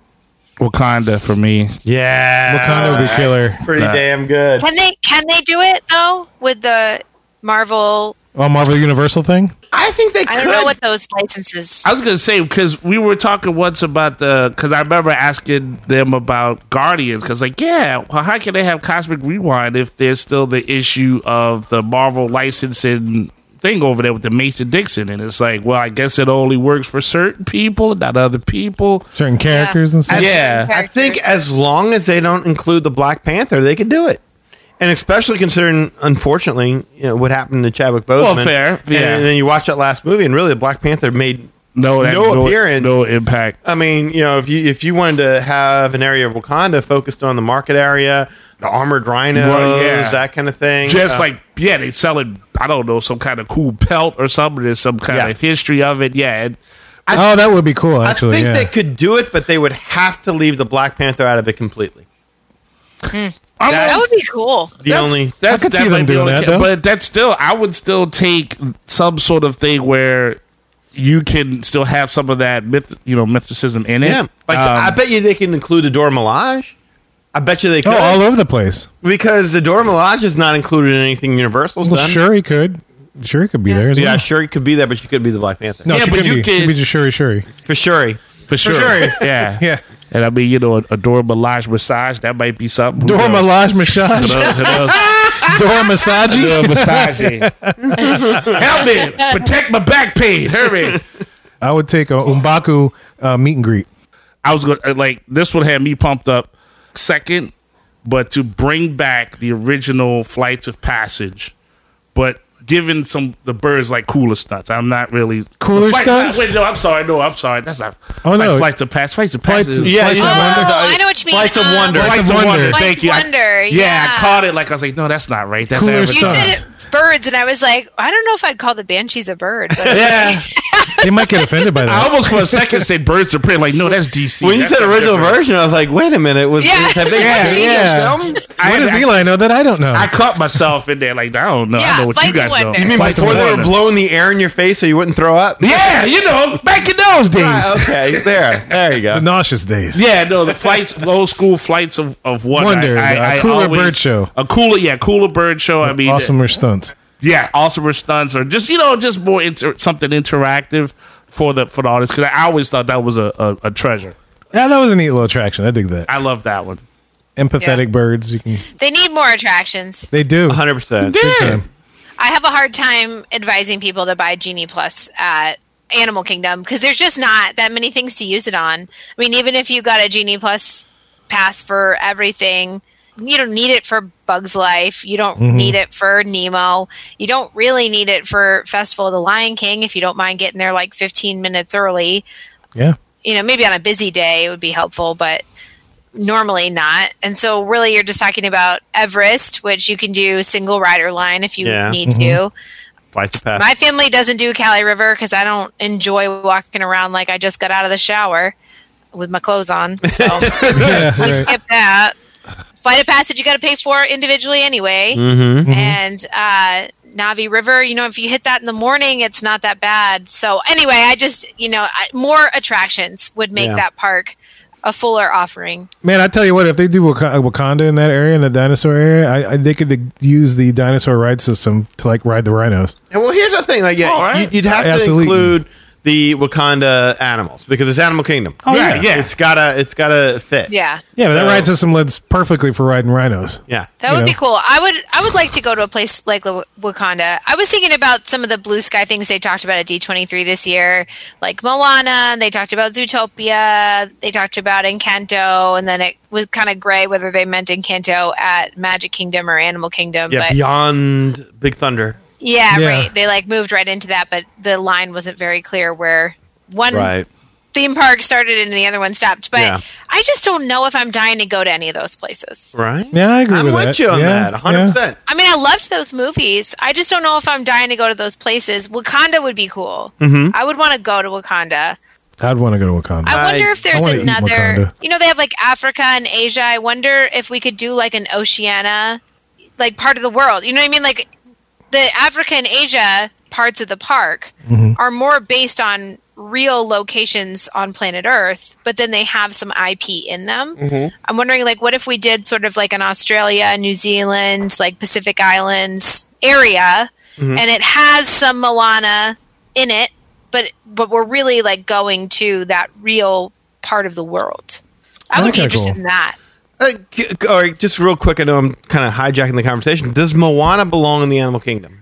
Wakanda for me.
Yeah.
Wakanda would be killer.
Pretty
That-
damn good.
Can they can they do it though with the Marvel?
Oh, Marvel Universal thing?
I think they could.
I don't know what those licenses.
I was gonna say because we were talking once about the because I remember asking them about Guardians because like yeah, well, how can they have Cosmic Rewind if there's still the issue of the Marvel licensing thing over there with the Mason Dixon and it's like well I guess it only works for certain people and not other people.
Certain characters and stuff?
yeah. I think as long as they don't include the Black Panther, they could do it. And especially considering, unfortunately, you know, what happened to Chadwick Boseman.
Well, fair,
And,
yeah.
then you watch that last movie, and really, the Black Panther made.
No, that-
No appearance.
no impact.
I mean, you know, if you if you wanted to have an area of Wakanda focused on the market area, the armored rhinos,
Well, yeah.
that kind of thing,
just
uh,
like yeah, they selling I don't know some kind of cool pelt or something. There's some kind
Yeah.
of history of it. Yeah, and
oh, that would be cool,
I
actually.
think
yeah. Oh,
they could do it, but they would have to leave the Black Panther out of it completely.
I'm
That-
that would be cool.
The only
that's
I could see
definitely
them
the
doing
only
that,
ca-
though.
But that's still I would still take some sort of thing where you can still have some of that myth, you know, mysticism in it.
yeah, like
Um,
I bet you they can include the Dora Milaje. I bet you they could
oh, all over the place.
because the Dora Milaje is not included in anything Universal's
Well,
done.
sure, he could. Sure, he could be there as
Yeah,
well.
sure, it could be there, but she could be the Black Panther.
No,
Yeah,
she
but
could
you
be. She
could-
could be just Shuri Shuri.
for sure.
for sure. yeah.
Yeah.
And I mean, you know, a, a Dora Milaje massage that might be something.
Dora
Who knows?
Malaj Massage.
Who knows? Who knoes?
Dora Massage.
Dora massage. Help me protect my back pain. Hurry.
I would take a Umbaku uh, meet and greet.
I was gonna uh, like this one had me pumped up second, but to bring back the original Flights of Passage, but giving some the birds like cooler stunts. I'm not really
Cooler
Flight-
stunts?
Wait, no, I'm sorry, no, I'm sorry. That's not.
Oh,
like
no.
Flights of Passage. Flights of
Flights-
Passage.
yeah,
Oh, I know what you mean.
Flights of
Um,
Wonder.
Flights,
Flights
of
of
Wonder.
Wonder.
Thank
Flights
you. I-
Wonder,
yeah. I
yeah.
caught it. Like I was like, no, that's not right. That's
Cooler
average.
You
stunts.
said it birds, and I was like, I don't know if I'd call the banshees a bird. But
Yeah,
They might get offended by
I
that.
almost for a second said birds of prey. Like, no, that's DC.
When you
That's
said
something
original
different.
version, I was like, wait a minute, was
Yeah.
have they
Yeah,
changed
yeah.
them?
What does Eli know that I don't know?
I caught myself in there. Like, I don't know. I
Yeah,
know what you
Flights of
guys know.
Wonder. You mean
Flights of
Before they were
Wonder.
blowing the air in your face so you wouldn't throw up.
Yeah, you know, back in those days.
Ah, okay, there, there you go.
the nauseous days.
Yeah, no, the flights, the old school flights of of wonder.
Wonder, a cooler bird show.
a cooler, yeah, cooler bird show. I mean,
Awesomer stunts.
yeah, awesomer stunts, or just you know, just more inter- something interactive for the for the audience. Because I always thought that was a, a, a treasure.
Yeah, that was a neat little attraction. I dig that.
I love that one.
Empathetic
Yeah.
birds. You can.
they need more attractions.
They do.
100%.
Yeah,
time.
I have a hard time advising people to buy Genie Plus at Animal Kingdom because there's just not that many things to use it on. I mean, even if you got a Genie Plus pass for everything, you don't need it for Bug's Life. You don't need it for Nemo. You don't really need it for Festival of the Lion King if you don't mind getting there like 15 minutes early.
Yeah.
You know, maybe on a busy day it would be helpful, but normally not. And so, really, you're just talking about Everest, which you can do single rider line if you
Yeah.
need to.
Flights of pass.
My family doesn't do Cali River because I don't enjoy walking around like I just got out of the shower with my clothes on. So
Yeah,
we
right.
skip that. Flight of Passage, you got to pay for individually anyway. And uh, Navi River, you know, if you hit that in the morning, it's not that bad. So anyway, I just, you know, I, more attractions would make
Yeah.
that park a fuller offering.
Man, I tell you what, if they do Wak- Wakanda in that area, in the dinosaur area, I, I they could use the dinosaur ride system to like ride the rhinos.
And well, here's the thing: like, yeah,
All right.
you'd- you'd have
Absolutely.
to include the Wakanda animals because it's Animal Kingdom.
Oh,
yeah. yeah.
it's gotta, it's gotta fit.
Yeah.
Yeah, but that
So-
ride system lends perfectly for riding rhinos.
yeah.
That
you
would be
know.
cool. I would I would like to go to a place like Lu- Wakanda. I was thinking about some of the blue sky things they talked about at D23 this year, like Moana, they talked about Zootopia, they talked about Encanto, and then it was kind of gray whether they meant Encanto at Magic Kingdom or Animal Kingdom,
Yeah,
but
beyond Big Thunder.
yeah,
Yeah.
right. They like moved right into that, but the line wasn't very clear where one theme park started and the other one stopped. But
Yeah.
I just don't know if I'm dying to go to any of those places.
Right.
Yeah, I agree
I'm
with
with
that.
you on
Yeah,
that. 100. percent
I mean, I loved those movies. I just don't know if I'm dying to go to those places. Wakanda would be cool.
Mm-hmm.
I would want to go to Wakanda.
I'd want to go to Wakanda.
I,
I-
wonder if there's
wanna eat Wakanda.
another. You know, they have like Africa and Asia. I wonder if we could do like an Oceania, like part of the world. You know what I mean? Like the Africa and Asia parts of the park
Mm-hmm.
are more based on real locations on planet Earth, but then they have some IP in them. I'm wondering, like, what if we did sort of like an Australia, New Zealand, like Pacific Islands area, and it has some Milana in it, but but we're really like going to that real part of the world. I
That's
would be
kinda
interested
cool.
in that.
Uh, g- g- all right, just real quick. I know I'm kind of hijacking the conversation. Does Moana belong in the Animal Kingdom?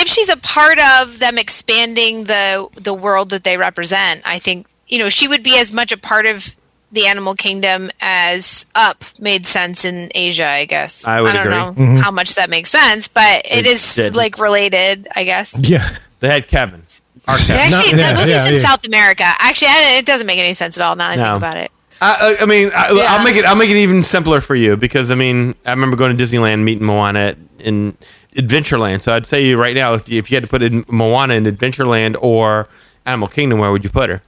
if she's a part of them expanding the the world that they represent, I think you know she would be as much a part of the animal kingdom as Up made sense in Asia. I guess
I would
don't
agree.
know
Mm-hmm.
how much that makes sense, but
It
it is
didn't.
like related, I guess.
yeah.
They had Kevin. Our Kevin.
Actually,
yeah,
that movie's
yeah,
in
yeah.
South America. Actually, I, it doesn't make any sense at all now that I
No.
think about it.
I, I- I mean, I,
Yeah.
I'll make it. I'll make it even simpler for you because I mean, I remember going to Disneyland, meeting Moana at, in Adventureland. So I'd say you right now, if you, if you had to put in Moana in Adventureland or Animal Kingdom, where would you put her?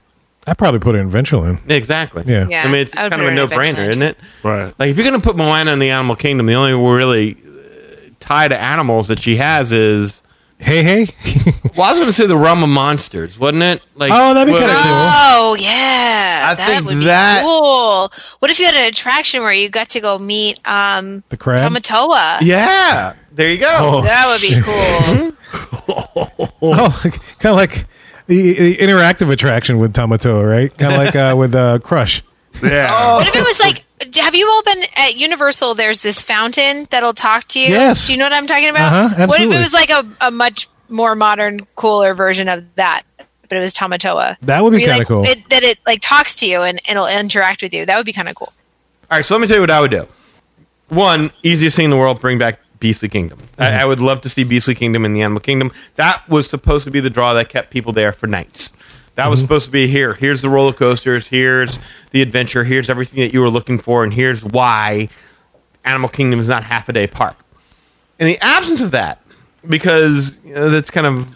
I probably put it in Ventureland.
Exactly.
Yeah.
Yeah,
I mean, it's
I would
kind
put
of a
her in
no-brainer,
Adventureland.
isn't it?
Right.
Like if you're going to put Moana in the Animal Kingdom, the only really uh, tie to animals that she has is
Hey, hey.
well, I was going to say the realm of monsters, wasn't it? Like
Oh, that'd be
well,
kinda cool.
Oh yeah,
I
that
think
would be
that-
cool. What if you had an attraction where you got to go meet um,
The crab?
Tomatoa?
Yeah, there you go.
That would be cool.
Oh, kind of like the, the interactive attraction with Tomato, right? Kind of like uh, with uh, Crush.
Yeah.
what if it was like? Have you all been at Universal? There's this fountain that'll talk to you.
Yes.
Do you know what I'm talking about?
Uh-huh,
what if
absolutely.
it was like a, a much more modern, cooler version of that? But it was Tomatoa.
That would be
Where you,
kinda
like,
cool.
It, that it like talks to you and it'll interact with you. That would be kind of cool.
All right, so let me tell you what I would do. One, easiest thing in the world, bring back Beastly Kingdom. I, I would love to see Beastly Kingdom in the Animal Kingdom. That was supposed to be the draw that kept people there for nights. That was supposed to be here. Here's the roller coasters. Here's the adventure. Here's everything that you were looking for, and here's why Animal Kingdom is not half a day park. In the absence of that, because you know, that's kind of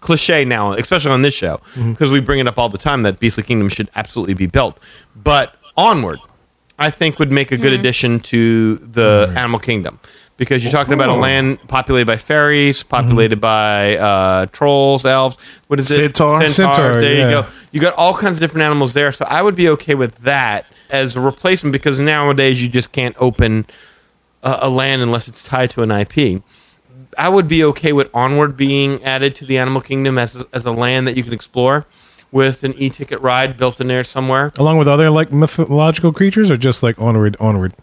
cliche now, especially on this show,
Mm-hmm.
because we bring it up all the time that Beastly Kingdom should absolutely be built. But onward, I think would make a
Mm-hmm.
good addition to the Animal Kingdom because you're talking about a land populated by fairies, populated by uh, trolls, elves. What is
Centaur?
it? Centaurs.
Mm-hmm. Centaur,
there
yeah.
you go. You got all kinds of different animals there, so I would be okay with that as a replacement because nowadays you just can't open a, a land unless it's tied to an IP. I would be okay with Onward being added to the Animal Kingdom as as a land that you can explore with an e-ticket ride built in there somewhere.
Along with other like mythological creatures, or just like onward, onward.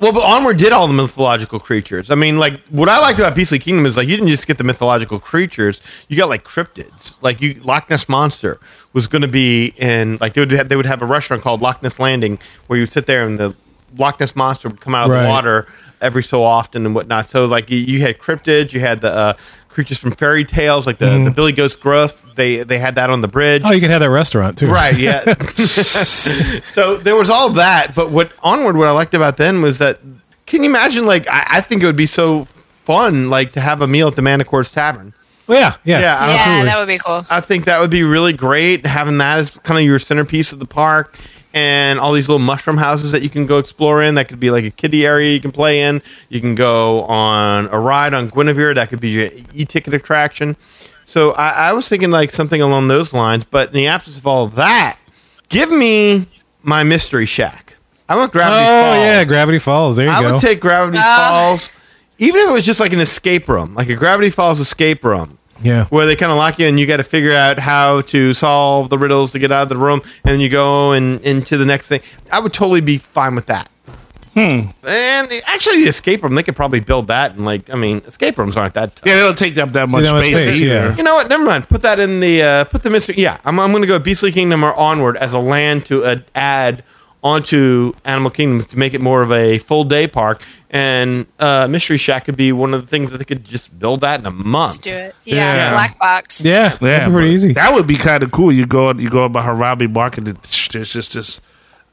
Well, but Onward did all the mythological creatures. I mean, like what I liked about Beastly Kingdom is like you didn't just get the mythological creatures; you got like cryptids. Like you, Loch Ness monster was going to be in like they would have, they would have a restaurant called Loch Ness Landing where you would sit there and the Loch Ness monster would come out of
Right.
the water every so often and whatnot. So like you, you had cryptids, you had the uh, creatures from fairy tales, like the, the Billy Goat's Gruff. They they had that on the bridge.
Oh, you could have that restaurant too.
Right, yeah. so there was all that, but what onward what I liked about then was that can you imagine like I, I think it would be so fun like to have a meal at the Manicore's Tavern.
Well, Oh, yeah, yeah.
Yeah, I-
Yeah,
absolutely.
that would be cool.
I think that would be really great having that as kind of your centerpiece of the park and all these little mushroom houses that you can go explore in. That could be like a kiddie area you can play in. You can go on a ride on Guinevere. That could be your e ticket attraction. So I, I was thinking like something along those lines. But in the absence of all that, give me my mystery shack. I want Gravity
Oh
Falls.
yeah, Gravity Falls. There you
I
go.
would take Gravity
Ah.
Falls, even if it was just like an escape room, like a Gravity Falls escape room
yeah.
where they kind of lock you and you got to figure out how to solve the riddles to get out of the room and then you go and into the next thing i would totally be fine with that hmm and the, actually the escape room they could probably build that and like i mean escape rooms aren't that tough
Yeah, they don't take up that much
that much
space,
space,
either.
yeah.
you know what never mind put that in the uh put the mystery yeah i'm, I'm gonna go beastly kingdom or onward as a land to uh, add onto animal kingdoms to make it more of a full day park and uh mystery shack could be one of the things that they could just build that in a month
Let's do it. Yeah,
Yeah.
black box.
Yeah, that'd be pretty
but
easy.
That would be kind of cool. You go you go by Harabi Market. And sh- there's just this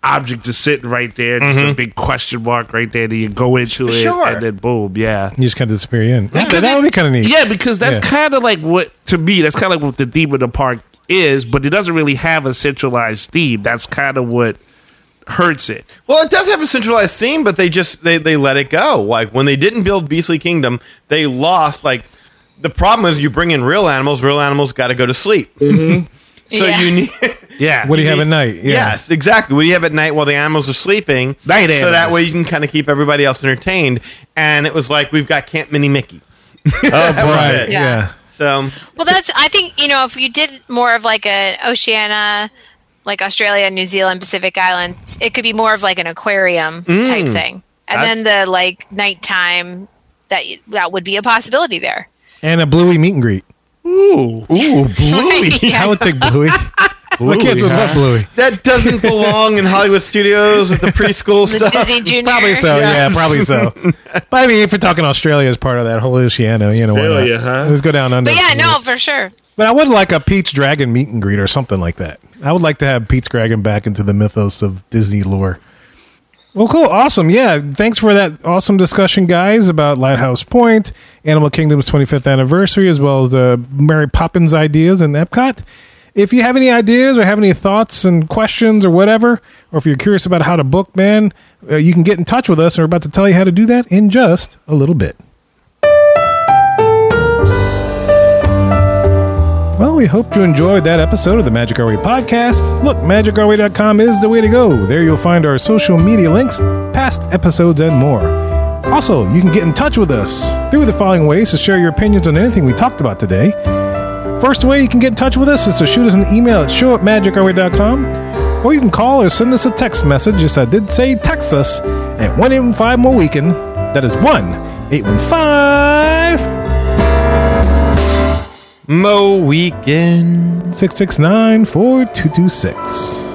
object just sitting right there, just a big question mark right there. Then you go into it,
sure.
and then boom, yeah.
you just kind of disappear in. Yeah,
Because
that
it-
would be kind of neat.
Yeah, because that's
Yeah.
kind of like what to me. That's kind of like what the theme of the park is, but it doesn't really have a centralized theme. That's kind of what hurts it.
Well, it does have a centralized theme, but they just they they let it go. Like when they didn't build Beastly Kingdom, they lost. Like the problem is you bring in real animals. Real animals got to go to sleep. so
Yeah.
you need
Yeah,
What do you have at night? Yeah.
yes, exactly. What do you have at night while the animals are sleeping?
Night
So that
animals.
way you can kind of keep everybody else entertained. And it was like we've got Camp Mini Mickey.
Right. Yeah.
it. So
Well, that's. I think you know if you did more of like an Oceania, like Australia, New Zealand, Pacific Islands, it could be more of like an aquarium type
Mm.
thing, and then the like nighttime that you, that would be a possibility there.
And a Bluey meet and greet.
ooh, Bluey.
I
yeah.
would take Bluey. My kids would love Bluey.
that doesn't belong in Hollywood studios with the preschool
The
stuff.
Disney Junior.
Probably so. Yeah, probably so. But I mean, if we're talking Australia as part of that whole Oceania, you know, why
Australia,
not?
huh?
Let's go down under.
But yeah,
for a
no,
little-
for sure.
But I would like a Pete's Dragon meet and greet or something like that. I would like to have Pete's Dragon back into the mythos of Disney lore. Well, cool. Awesome. Yeah. Thanks for that awesome discussion, guys, about Lighthouse Point, Animal Kingdom's 25th anniversary, as well as the Mary Poppins ideas in Epcot. If you have any ideas or have any thoughts and questions or whatever, or if you're curious about how to book, man, uh, you can get in touch with us. And we're about to tell you how to do that in just a little bit. Well, we hope you enjoyed that episode of the Magic Our Way podcast. Look, magicourway.com is the way to go. There you'll find our social media links, past episodes, and more. Also, you can get in touch with us through the following ways to share your opinions on anything we talked about today. First way you can get in touch with us is to shoot us an email at show at magicourway.com, or you can call or send us a text message. Yes, I did say text us at 185 more weekend. E That is 1 815
Mo Weekend.
669 4226.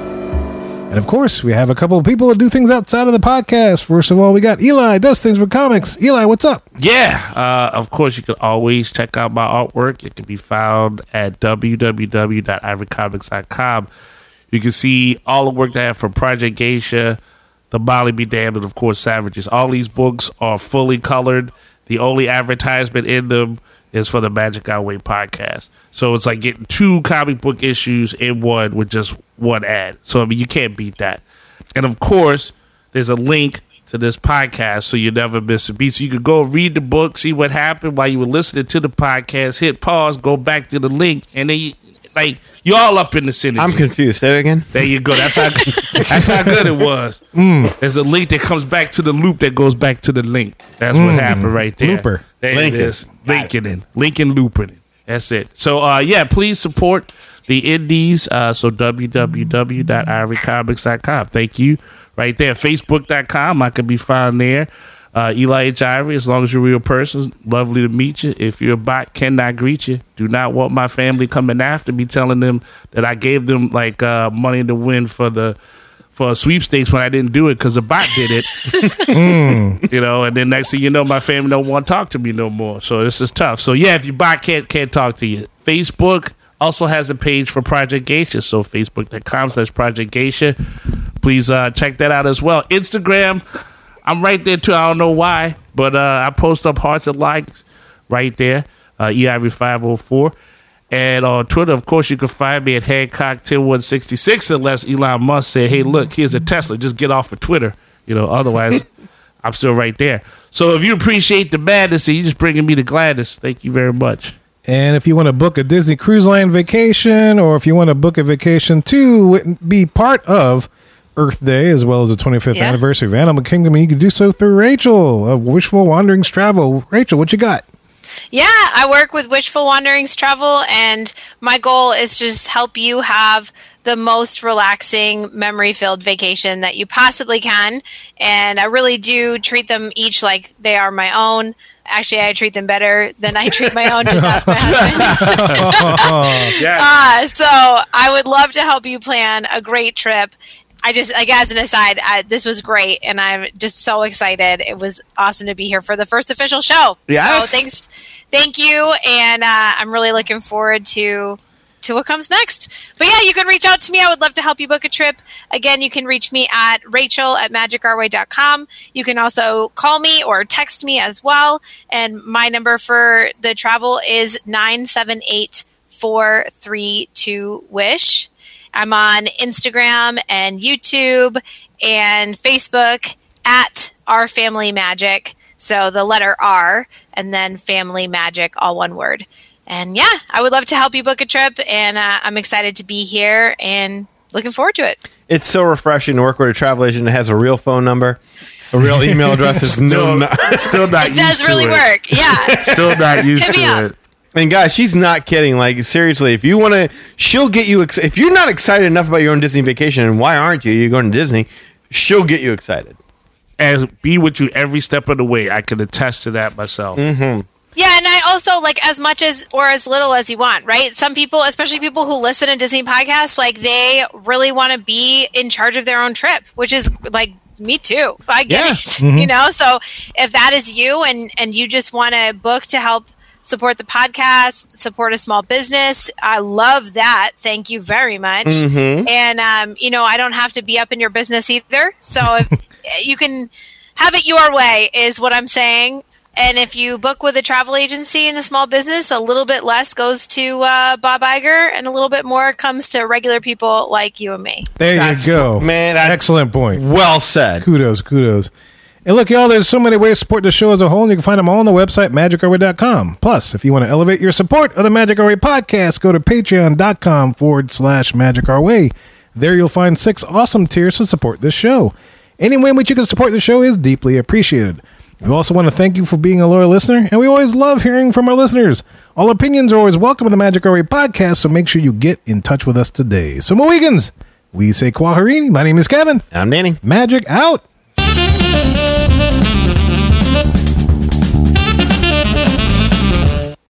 And of course, we have a couple of people that do things outside of the podcast. First of all, we got Eli does things with comics. Eli, what's up?
Yeah, uh, of course, you can always check out my artwork. It can be found at www.ivycomics.com. You can see all the work that I have from Project Geisha, The Molly Be Damned, and of course, Savages. All these books are fully colored. The only advertisement in them is for the Magic Our Way podcast. So it's like getting two comic book issues in one with just one ad. So, I mean, you can't beat that. And of course, there's a link to this podcast so you never miss a beat. So you could go read the book, see what happened while you were listening to the podcast, hit pause, go back to the link, and then you, like you all up in the synergy.
I'm confused. Say it again.
there you go. That's how that's how good it was. There's a link that comes back to the loop that goes back to the link. That's what happened right there.
Looper.
There
Lincoln.
it is. Lincoln in. Lincoln looping. That's it. So uh, yeah, please support the indies. Uh, so www.ivorycomics.com. Thank you. Right there. Facebook.com. I can be found there. Uh, Eli H. Ivory, as long as you're a real person, lovely to meet you. If you're a bot, cannot greet you. Do not want my family coming after me telling them that I gave them like uh, money to win for the for a sweepstakes when I didn't do it because a bot did it. You know, and then next thing you know, my family don't want to talk to me no more. So this is tough. So yeah, if you buy, can't can't talk to you. Facebook also has a page for Project Geisha. So facebook.com slash Project Geisha. Please uh, check that out as well. Instagram, I'm right there too. I don't know why, but uh, I post up hearts and likes right there. Uh, EIV504. And on Twitter, of course, you can find me at Hancock10166 unless Elon Musk said, hey, look, here's a Tesla. Just get off of Twitter. You know, otherwise, I'm still right there. So if you appreciate the madness and you're just bringing me the gladness, thank you very much.
And if you want to book a Disney Cruise Line vacation, or if you want to book a vacation to wit- be part of Earth Day as well as the 25th
Yeah.
anniversary of Animal Kingdom, you can do so through Rachel of Wishful Wanderings Travel. Rachel, what you got?
Yeah, I work with Wishful Wanderings Travel, and my goal is to just help you have the most relaxing, memory filled vacation that you possibly can. And I really do treat them each like they are my own. Actually, I treat them better than I treat my own. Just ask my husband. Uh, so I would love to help you plan a great trip. I just, like, as an aside, I, this was great, and I'm just so excited. It was awesome to be here for the first official show.
Yes.
So thanks, thank you, and uh, I'm really looking forward to to what comes next. But yeah, you can reach out to me. I would love to help you book a trip. Again, you can reach me at rachel at magicourway.com. You can also call me or text me as well. And my number for the travel is 978 432 Wish. I'm on Instagram and YouTube and Facebook at Our Family Magic. So the letter R and then Family Magic, all one word. And yeah, I would love to help you book a trip. And uh, I'm excited to be here and looking forward to it.
It's so refreshing to work with a travel agent that has a real phone number, a real email address. Is no,
Still, still not
It does really work. Yeah.
Still not used
Hit
to
me up.
it.
and guys, she's not kidding. Like seriously, if you want to, she'll get you. Ex- if you're not excited enough about your own Disney vacation, and why aren't you? You're going to Disney. She'll get you excited.
And be with you every step of the way. I can attest to that myself.
Yeah, and I also like as much as or as little as you want, right? Some people, especially people who listen to Disney podcasts, like they really want to be in charge of their own trip, which is like me too. I get
Yeah.
it, you know. So if that is you, and and you just want to book to help support the podcast, support a small business, I love that. Thank you very much. And um, you know, I don't have to be up in your business either. So if you can have it your way is what I'm saying. And if you book with a travel agency and a small business, a little bit less goes to uh, Bob Iger, and a little bit more comes to regular people like you and me.
There
That's-
you go.
man, that's-
Excellent point.
Well said.
Kudos, kudos. And look, y'all, there's so many ways to support the show as a whole, and you can find them all on the website, magicourway.com. Plus, if you want to elevate your support of the Magic Our Way podcast, go to patreon.com forward slash magic our way. There you'll find six awesome tiers to support this show. Any way in which you can support the show is deeply appreciated. We also want to thank you for being a loyal listener, and we always love hearing from our listeners. All opinions are always welcome on the Magic Our Way podcast, so make sure you get in touch with us today. So, Mohegans, we say Kwaharini. My name is Kevin.
I'm Danny.
Magic out.